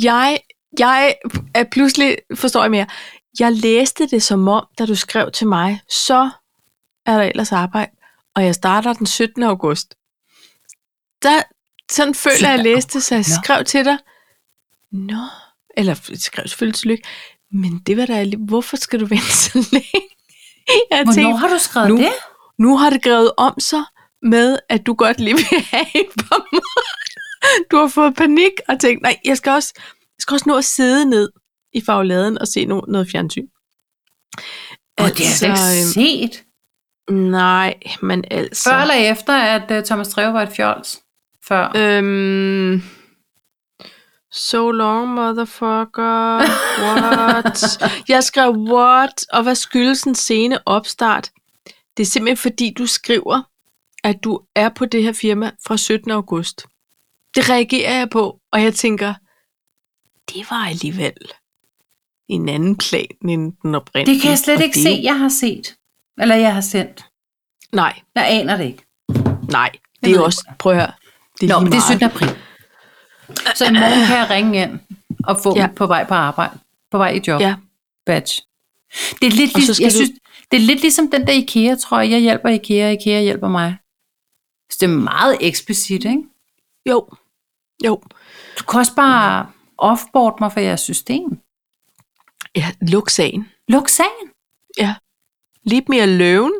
[SPEAKER 2] Jeg, jeg er pludselig, forstår jeg mere, jeg læste det som om, da du skrev til mig, så er der ellers arbejde, og jeg starter den 17. august. Der, sådan føler jeg, jeg
[SPEAKER 1] 17.
[SPEAKER 2] læste det, så jeg
[SPEAKER 1] Nå.
[SPEAKER 2] skrev til dig, Nå, eller skrev selvfølgelig tillykke, men det var da, alli- hvorfor skal du vente så længe? Jeg
[SPEAKER 1] Hvornår
[SPEAKER 2] tænkte,
[SPEAKER 1] har du skrevet
[SPEAKER 2] nu-
[SPEAKER 1] det?
[SPEAKER 2] nu har det grevet om sig med, at du godt lige vil have en par måneder. Du har fået panik og tænkt, nej, jeg skal også, jeg skal også nå at sidde ned i fagladen og se no, noget fjernsyn.
[SPEAKER 1] Åh, det har jeg da ikke set.
[SPEAKER 2] øhm, nej, men altså...
[SPEAKER 1] Før eller efter, at uh, Thomas Treve var et fjols? Før. Øh.
[SPEAKER 2] Øhm, so long, motherfucker. What? jeg skrev what, og hvad skyldes den sene opstart? Det er simpelthen fordi, du skriver, at du er på det her firma fra 17. august. Det reagerer jeg på, og jeg tænker, det var alligevel en anden plan end den oprindelige.
[SPEAKER 1] Det kan jeg slet
[SPEAKER 2] og
[SPEAKER 1] ikke
[SPEAKER 2] det-
[SPEAKER 1] se, jeg har set. Eller jeg har sendt.
[SPEAKER 2] Nej,
[SPEAKER 1] Jeg aner det ikke.
[SPEAKER 2] nej.
[SPEAKER 1] ved
[SPEAKER 2] Det er
[SPEAKER 1] jeg
[SPEAKER 2] også, prøv at høre, det er
[SPEAKER 1] Nå,
[SPEAKER 2] lige
[SPEAKER 1] men det er
[SPEAKER 2] meget.
[SPEAKER 1] 17. april. Så i morgen kan jeg ringe ind og få
[SPEAKER 2] Ja.
[SPEAKER 1] ja. på vej på arbejde. På vej i job.
[SPEAKER 2] Ja.
[SPEAKER 1] Badge. Det er lidt,
[SPEAKER 2] Og så
[SPEAKER 1] lig,
[SPEAKER 2] skal
[SPEAKER 1] jeg
[SPEAKER 2] du-
[SPEAKER 1] synes, det er lidt ligesom den der IKEA, tror jeg. Jeg hjælper IKEA, IKEA hjælper mig. Så det er meget eksplicit, ikke?
[SPEAKER 2] Jo, jo.
[SPEAKER 1] Du kan også bare offboard mig fra jeres system.
[SPEAKER 2] Ja, luk sagen.
[SPEAKER 1] Luk sagen.
[SPEAKER 2] Lidt mere løven?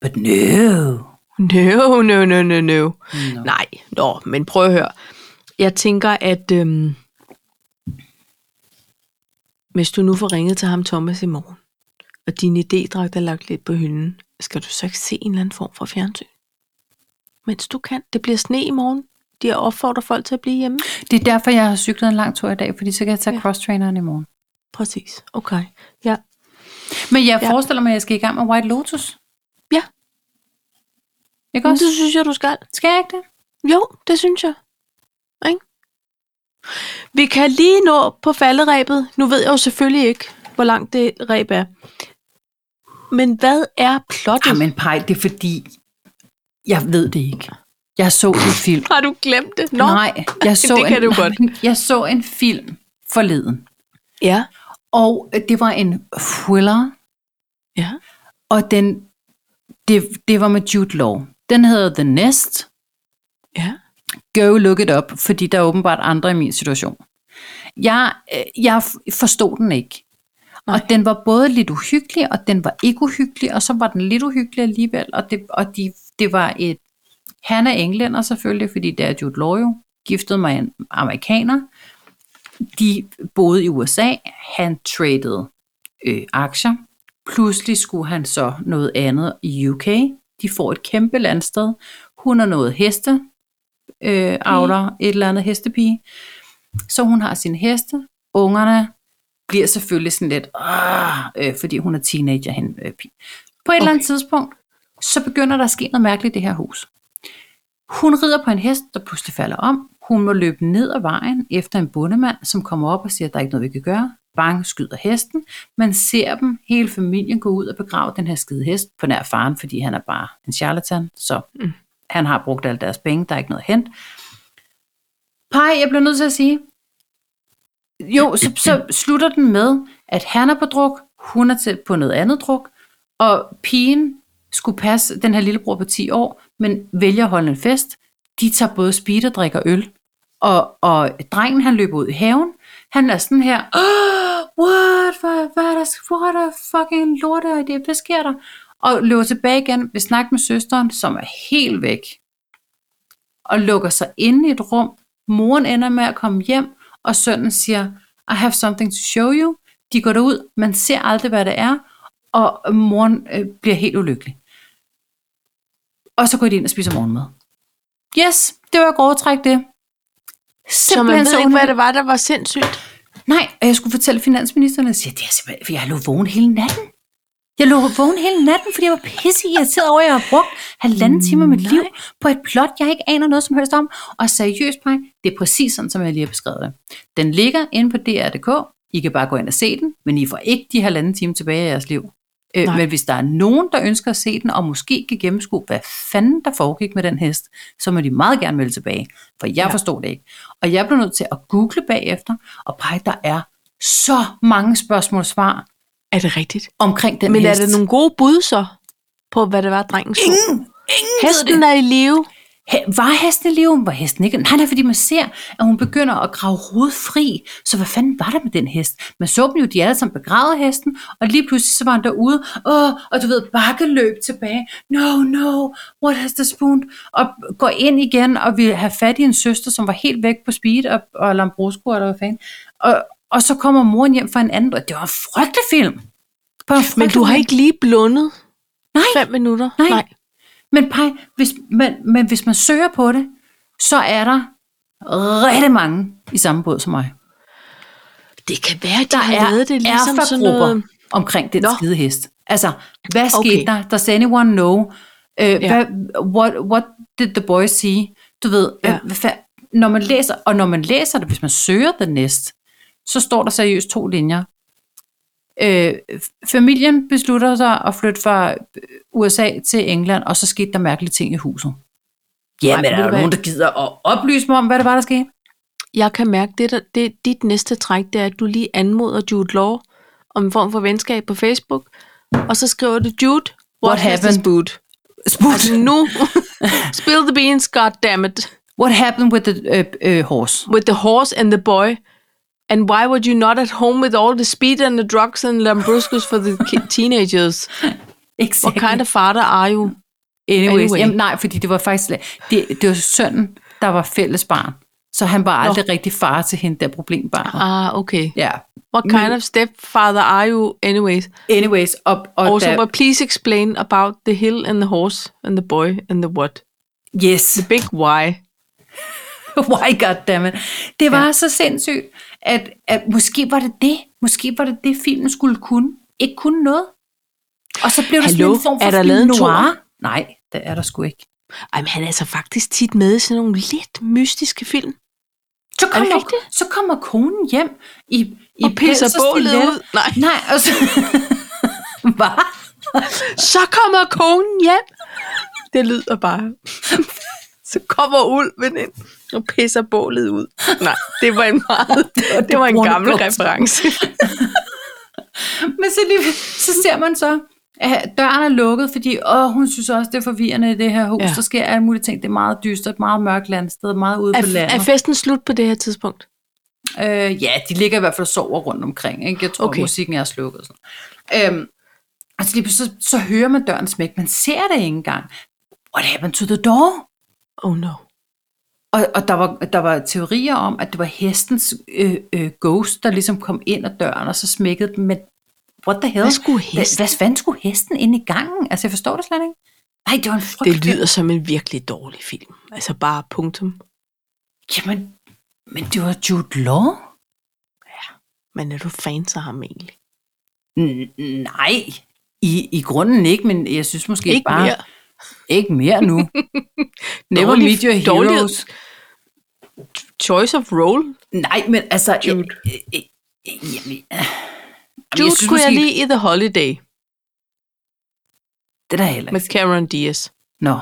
[SPEAKER 1] But no.
[SPEAKER 2] No, no, no, no, no.
[SPEAKER 1] no.
[SPEAKER 2] Nej, nå, men prøv at høre. Jeg tænker, at øhm, hvis du nu får ringet til ham Thomas i morgen, og din idédragt er lagt lidt på hylden, skal du så ikke se en eller anden form for fjernsyn? Mens du kan. Det bliver sne i morgen. De opfordrer folk til at blive hjemme.
[SPEAKER 1] Det er derfor, jeg har cyklet en lang tur i dag, fordi så kan jeg tage
[SPEAKER 2] Ja.
[SPEAKER 1] ja. cross-traineren i morgen.
[SPEAKER 2] Præcis. Okay. Ja.
[SPEAKER 1] Men jeg
[SPEAKER 2] Ja.
[SPEAKER 1] ja. forestiller mig, at jeg skal i gang med White Lotus.
[SPEAKER 2] Ja.
[SPEAKER 1] Ikke
[SPEAKER 2] Men
[SPEAKER 1] også?
[SPEAKER 2] det synes jeg, du skal.
[SPEAKER 1] Skal jeg ikke det?
[SPEAKER 2] Jo, det synes jeg. Ikke? Vi kan lige nå på falderæbet. Nu ved jeg jo selvfølgelig ikke, hvor langt det ræb er. Men hvad er plottet?
[SPEAKER 1] Jamen pej, Ah, det er fordi, jeg ved det ikke. Jeg så en film.
[SPEAKER 2] Har du glemt det? Nå.
[SPEAKER 1] Nej, jeg så
[SPEAKER 2] Det kan
[SPEAKER 1] en,
[SPEAKER 2] du godt.
[SPEAKER 1] Nej, men Jeg så en film forleden,
[SPEAKER 2] Ja.
[SPEAKER 1] og øh, det var en thriller,
[SPEAKER 2] Ja.
[SPEAKER 1] og den, det, det var med Jude Law. Den hedder The Nest.
[SPEAKER 2] Ja.
[SPEAKER 1] Go look it up, fordi der er åbenbart andre i min situation. Jeg, øh, jeg f- forstod den ikke.
[SPEAKER 2] Nej.
[SPEAKER 1] Nej. Og den var både lidt uhyggelig, og den var ikke uhyggelig, og så var den lidt uhyggelig alligevel. Og det, og de, det var et... Han er englænder selvfølgelig, fordi det er Jude Law jo. Giftede mig en amerikaner. de boede i USA, han traded øh, aktier, pludselig skulle han så noget andet i UK, de får et kæmpe landsted, hun har noget heste, øh, avler et eller andet hestepige, så hun har sin heste, ungerne bliver selvfølgelig sådan lidt, "Åh", øh, fordi hun er teenager, hende øh, pige. På et okay. eller andet tidspunkt, så begynder der at ske noget mærkeligt i det her hus. Hun rider på en hest, der pludselig falder om. Hun må løbe ned ad vejen efter en bondemand, som kommer op og siger, at der er ikke noget, vi kan gøre. Bang skyder hesten. Man ser dem, hele familien gå ud og begrave den her skide hest på nær faren, fordi han er bare en charlatan. Så mm. han har brugt alle deres penge, der er ikke noget hent. Pej, jeg bliver nødt til at sige, jo, så, så slutter den med, at han er på druk, hun er til, på noget andet druk, og pigen skulle passe den her lillebror på 10 år, men vælger at holde en fest. De tager både speed og drikker øl. Og, og drengen, han løber ud i haven. Han er sådan her, oh, what, hvad, hvad er der, what a fucking lorte idé, hvad sker der? Og løber tilbage igen, vil snakke med søsteren, som er helt væk. Og lukker sig inde i et rum. Moren ender med at komme hjem, og sønnen siger, I have something to show you. De går derud, man ser aldrig, hvad det er, og moren øh, bliver helt ulykkelig. Og så går de ind og spiser morgenmad. Yes, det var grove træk det.
[SPEAKER 2] Så
[SPEAKER 1] Simpelthen
[SPEAKER 2] man ved ikke, hvad
[SPEAKER 1] underligt.
[SPEAKER 2] det var, der var sindssygt.
[SPEAKER 1] Nej, og jeg skulle fortælle finansministeren, og siger, det er simpelthen, for jeg lå vågen hele natten. Jeg lå vågen hele natten, fordi jeg var pisse irriteret over, at jeg har brugt halvanden time af mit liv på et plot, jeg ikke aner noget som helst om. Og seriøst, mig, det er præcis sådan, som jeg lige har beskrevet det. Den ligger inde på DR.dk. I kan bare gå ind og se den, men I får ikke de halvanden time tilbage af jeres liv. Øh,
[SPEAKER 2] Nej.
[SPEAKER 1] men hvis der er nogen, der ønsker at se den, og måske kan gennemskue, hvad fanden der foregik med den hest, så må de meget gerne melde tilbage, for jeg ja. forstod det ikke. Og jeg blev nødt til at google bagefter, og pege, der er så mange spørgsmål og svar
[SPEAKER 2] Er det rigtigt?
[SPEAKER 1] omkring den
[SPEAKER 2] Men
[SPEAKER 1] hest.
[SPEAKER 2] er der nogle gode bud så, på hvad det var, drengen så? Ingen, ingen Hesten er i live.
[SPEAKER 1] He- Var hesten i live? Var hesten ikke? Nej, det er fordi man ser, at hun begynder at grave hovedet fri. Så hvad fanden var der med den hest? Man så dem jo, de alle sammen begravede hesten, og lige pludselig så var han derude, Åh, og du ved, bakke løb tilbage. No, no, what has this spoon? Og går ind igen og vil have fat i en søster, som var helt væk på speed og, og Lambrusco, eller hvad fanden. Og, og så kommer moren hjem fra en anden, og det var en frygtelig film. Bare en
[SPEAKER 2] Men
[SPEAKER 1] frygtelig
[SPEAKER 2] du har
[SPEAKER 1] film.
[SPEAKER 2] ikke lige blundet
[SPEAKER 1] Nej.
[SPEAKER 2] fem minutter?
[SPEAKER 1] Nej. Men pej, hvis man, men hvis man søger på det, så er der rigtig mange i samme båd som mig.
[SPEAKER 2] Det kan være, at
[SPEAKER 1] Der
[SPEAKER 2] de har
[SPEAKER 1] er,
[SPEAKER 2] lavet det ligesom
[SPEAKER 1] er
[SPEAKER 2] sådan
[SPEAKER 1] grupper
[SPEAKER 2] noget...
[SPEAKER 1] omkring den
[SPEAKER 2] Nå.
[SPEAKER 1] skide hest. Altså, hvad skete
[SPEAKER 2] Okay.
[SPEAKER 1] der? Does anyone know? Øh, ja.
[SPEAKER 2] Ja.
[SPEAKER 1] hvad, what, what did the boy see? Du ved, ja.
[SPEAKER 2] Ja.
[SPEAKER 1] hvad, fa- når man læser, og når man læser det, hvis man søger det næst, så står der seriøst to linjer. Øh, f- familien beslutter sig at flytte fra øh, USA til England, og så skete der mærkelige ting i huset. Ja,
[SPEAKER 2] Ej,
[SPEAKER 1] men
[SPEAKER 2] ved
[SPEAKER 1] er
[SPEAKER 2] du
[SPEAKER 1] der
[SPEAKER 2] hvad?
[SPEAKER 1] nogen, der gider at oplyse mig om, hvad det var, der skete?
[SPEAKER 2] Jeg kan mærke, det, der, det dit næste træk, det er, at du lige anmoder Jude Law om en form for venskab på Facebook, og så skriver du, Jude, what, has
[SPEAKER 1] happened?
[SPEAKER 2] this boot?
[SPEAKER 1] Spurgt.
[SPEAKER 2] Altså nu, spill the beans, goddammit,
[SPEAKER 1] What happened with the uh, uh, horse?
[SPEAKER 2] with the horse and the boy, and why were you not at home with all the speed and the drugs and lambruscos for the ki- teenagers?
[SPEAKER 1] Exactly.
[SPEAKER 2] What kind of father are you?
[SPEAKER 1] Anyways,
[SPEAKER 2] Anyway.
[SPEAKER 1] anyway. Jamen, nej, fordi det var faktisk... Det, det var sønnen, der var fælles barn. Så han var aldrig rigtig far til hende, der problembarnet.
[SPEAKER 2] Ah, okay.
[SPEAKER 1] Ja.
[SPEAKER 2] What kind of stepfather are you anyways?
[SPEAKER 1] Anyways, og, og
[SPEAKER 2] Also,
[SPEAKER 1] da,
[SPEAKER 2] but please explain about the hill and the horse and the boy and the what?
[SPEAKER 1] yes,
[SPEAKER 2] The big why.
[SPEAKER 1] why goddammit. Det var ja.
[SPEAKER 2] Ja.
[SPEAKER 1] så sindssygt, at, at måske var det det. Måske var det det, filmen skulle kunne. Ikke kunne noget. Og så blev det sådan
[SPEAKER 2] Hallo,
[SPEAKER 1] en form for
[SPEAKER 2] er der
[SPEAKER 1] film
[SPEAKER 2] lavet en
[SPEAKER 1] noir.
[SPEAKER 2] toer?
[SPEAKER 1] Nej, det er der sgu ikke.
[SPEAKER 2] Ej, men han er altså faktisk tit med i sådan nogle lidt mystiske film.
[SPEAKER 1] Så
[SPEAKER 2] det
[SPEAKER 1] kommer,
[SPEAKER 2] rigtigt?
[SPEAKER 1] så kommer konen hjem i, i
[SPEAKER 2] Og pisser
[SPEAKER 1] pels og
[SPEAKER 2] bålet
[SPEAKER 1] stiletter.
[SPEAKER 2] ud. Nej.
[SPEAKER 1] Nej, og så... Hvad?
[SPEAKER 2] Så kommer konen hjem. Det lyder bare. Så kommer ulven ind og pisser bålet ud. Nej, det var en meget, det var en
[SPEAKER 1] brune
[SPEAKER 2] gammel
[SPEAKER 1] blomster.
[SPEAKER 2] reference.
[SPEAKER 1] Men så, lige, så ser man så, at døren er lukket, fordi åh, hun synes også, det er forvirrende i det her hus. Ja.
[SPEAKER 2] Ja.
[SPEAKER 1] Der sker alle mulige ting. Det er meget dystert, meget mørkt landsted, meget ude på
[SPEAKER 2] Er, er
[SPEAKER 1] landet.
[SPEAKER 2] festen slut på det her tidspunkt?
[SPEAKER 1] Øh, ja, de ligger i hvert fald og sover rundt omkring. Ikke? Jeg tror, okay.
[SPEAKER 2] Okay.
[SPEAKER 1] musikken er slukket. og Sådan. Øhm, altså lige pludselig, så, så hører man døren smække. Man ser det ikke engang. What happened to the door?
[SPEAKER 2] Oh no.
[SPEAKER 1] Og, og der, var, der var teorier om, at det var hestens øh, øh, ghost, der ligesom kom ind ad døren, og så smækkede den, men what the hell?
[SPEAKER 2] Hvad skulle
[SPEAKER 1] Hvad,
[SPEAKER 2] hesten?
[SPEAKER 1] hvad fanden skulle hesten ind i gangen? Altså, jeg forstår det slet ikke. Nej, det var en frygtelig...
[SPEAKER 2] Det lyder som en virkelig dårlig film. Altså bare punktum.
[SPEAKER 1] Jamen, men det var Jude Law?
[SPEAKER 2] Men er du fan af ham egentlig?
[SPEAKER 1] N- nej, i, i grunden ikke, men jeg synes måske
[SPEAKER 2] Ikke
[SPEAKER 1] bare...
[SPEAKER 2] mere.
[SPEAKER 1] Ikke mere nu. Never
[SPEAKER 2] Dårlig-
[SPEAKER 1] meet your
[SPEAKER 2] dårlig-
[SPEAKER 1] heroes.
[SPEAKER 2] Choice of role.
[SPEAKER 1] Nej, men altså...
[SPEAKER 2] Jude.
[SPEAKER 1] Øh, øh, øh, jamen, øh,
[SPEAKER 2] Jude
[SPEAKER 1] synes
[SPEAKER 2] kunne jeg
[SPEAKER 1] måske-
[SPEAKER 2] lige i The Holiday
[SPEAKER 1] Det der heller
[SPEAKER 2] med
[SPEAKER 1] ikke.
[SPEAKER 2] Cameron Diaz.
[SPEAKER 1] Nå,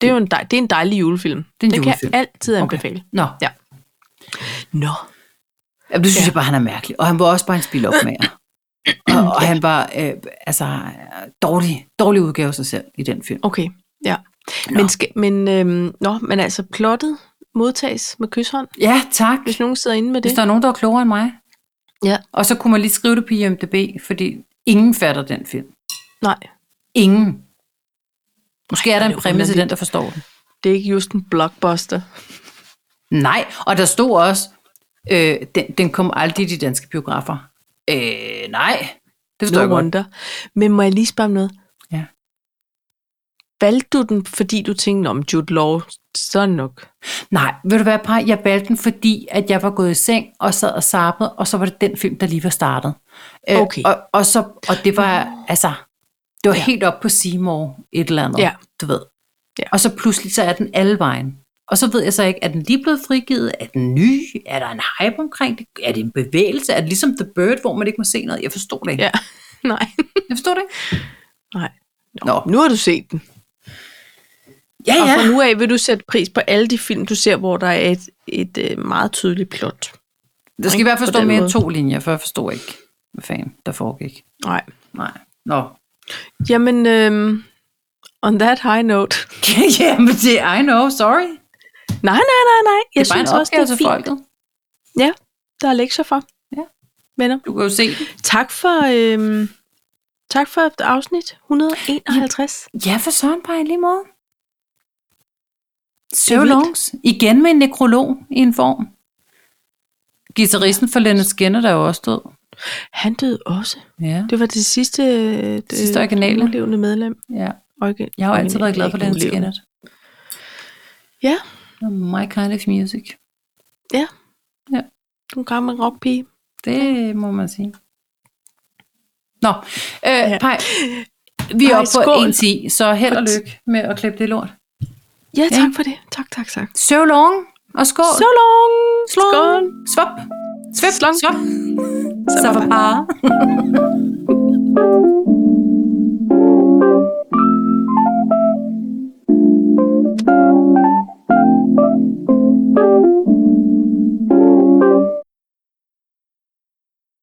[SPEAKER 2] Det er jo en, dej, det er en dejlig julefilm.
[SPEAKER 1] Det er en
[SPEAKER 2] det
[SPEAKER 1] julefilm.
[SPEAKER 2] kan jeg altid
[SPEAKER 1] Okay.
[SPEAKER 2] anbefale. Okay.
[SPEAKER 1] nå.
[SPEAKER 2] Nå,
[SPEAKER 1] Jamen, det synes ja.
[SPEAKER 2] Ja.
[SPEAKER 1] jeg bare, han er mærkelig. Og han var også bare en spilopmager. og, og han var øh, altså øh, dårlig, dårlig udgave af sig selv i den film.
[SPEAKER 2] okay. Ja.
[SPEAKER 1] Nå.
[SPEAKER 2] Men, skal, men, øhm, nå, men altså plottet modtages med kysshånd,
[SPEAKER 1] Ja, tak.
[SPEAKER 2] hvis nogen sidder inde med det.
[SPEAKER 1] Hvis der er nogen, der er klogere end mig.
[SPEAKER 2] Ja.
[SPEAKER 1] Og så kunne man lige skrive det på IMDb, fordi ingen fatter den film.
[SPEAKER 2] Nej,
[SPEAKER 1] Ingen. Måske
[SPEAKER 2] Ej,
[SPEAKER 1] er der
[SPEAKER 2] hvor er
[SPEAKER 1] en
[SPEAKER 2] det
[SPEAKER 1] præmis i
[SPEAKER 2] underligt.
[SPEAKER 1] den, der forstår den.
[SPEAKER 2] det er ikke just en blockbuster.
[SPEAKER 1] Nej, og der stod også, øh, den, den kom aldrig i de danske biografer. Øh, nej, det forstår
[SPEAKER 2] No
[SPEAKER 1] jeg godt.
[SPEAKER 2] wonder. Men må jeg lige spørge om noget?
[SPEAKER 1] Ja.
[SPEAKER 2] Valgte du den, fordi du tænkte, om Jude Law, så er det nok.
[SPEAKER 1] Nej, ved du hvad, Paj? Jeg valgte den, fordi at jeg var gået i seng og sad og sappede, og så var det den film, der lige var startet. Øh,
[SPEAKER 2] Okay.
[SPEAKER 1] Og, og, så, og det var, altså, det var ja.
[SPEAKER 2] Ja.
[SPEAKER 1] helt op på Seymour, et eller andet,
[SPEAKER 2] Ja.
[SPEAKER 1] du ved.
[SPEAKER 2] Ja.
[SPEAKER 1] Og så pludselig, så er den alle vejen. Og så ved jeg så ikke, er den lige blevet frigivet? Er den ny? Er der en hype omkring det? Er det en bevægelse? Er det ligesom The Bird, hvor man ikke må se noget? Jeg forstår det ikke.
[SPEAKER 2] Ja, nej.
[SPEAKER 1] Jeg forstår det ikke.
[SPEAKER 2] nej.
[SPEAKER 1] Nå.
[SPEAKER 2] Nu har du set den.
[SPEAKER 1] Ja,
[SPEAKER 2] Og
[SPEAKER 1] ja.
[SPEAKER 2] fra nu af vil du sætte pris på alle de film, du ser, hvor der er et, et øh, meget tydeligt plot.
[SPEAKER 1] Der skal i hvert fald
[SPEAKER 2] På
[SPEAKER 1] stå
[SPEAKER 2] den
[SPEAKER 1] mere end
[SPEAKER 2] måde.
[SPEAKER 1] to linjer, for jeg forstår ikke, hvad fanden der foregik.
[SPEAKER 2] Nej.
[SPEAKER 1] Nej. Nå,
[SPEAKER 2] Jamen, øhm, on that high note.
[SPEAKER 1] ja, men det I know, sorry. Jeg
[SPEAKER 2] Nej, nej, nej, nej. Jeg
[SPEAKER 1] det er bare
[SPEAKER 2] synes
[SPEAKER 1] en
[SPEAKER 2] også,
[SPEAKER 1] opgave
[SPEAKER 2] det er
[SPEAKER 1] til
[SPEAKER 2] fint.
[SPEAKER 1] folket.
[SPEAKER 2] Ja, der er lektier for.
[SPEAKER 1] Ja.
[SPEAKER 2] Venner.
[SPEAKER 1] Du kan jo se det.
[SPEAKER 2] Tak for, øhm, tak for et afsnit 151.
[SPEAKER 1] Ja, for søren bare i lige måde. So longs. Igen med en nekrolog i en form. Gitarristen for Leonard Skinner, der er jo også død.
[SPEAKER 2] Han døde også.
[SPEAKER 1] Ja,
[SPEAKER 2] Det var det sidste, øh, det
[SPEAKER 1] Sidste originale.
[SPEAKER 2] levende medlem.
[SPEAKER 1] ja.
[SPEAKER 2] Orgi-
[SPEAKER 1] Jeg har jo altid
[SPEAKER 2] originale,
[SPEAKER 1] været glad for
[SPEAKER 2] ikke
[SPEAKER 1] Leonard
[SPEAKER 2] nulevende.
[SPEAKER 1] Skinner.
[SPEAKER 2] Ja,
[SPEAKER 1] My kind of music.
[SPEAKER 2] du er en gammel rockpige.
[SPEAKER 1] Det må man sige. Nå, øh, ja.
[SPEAKER 2] Ja.
[SPEAKER 1] Pej, vi er
[SPEAKER 2] Paj,
[SPEAKER 1] oppe på
[SPEAKER 2] skål.
[SPEAKER 1] 1.10, så held og
[SPEAKER 2] For-
[SPEAKER 1] lykke med at klippe det lort.
[SPEAKER 2] Ja,
[SPEAKER 1] Ja.
[SPEAKER 2] tak for det. Tak, tak, tak.
[SPEAKER 1] So long og skål.
[SPEAKER 2] So long!
[SPEAKER 1] Slung.
[SPEAKER 2] Skål!
[SPEAKER 1] Svop. Svip. Slung. Svop. Så var bare.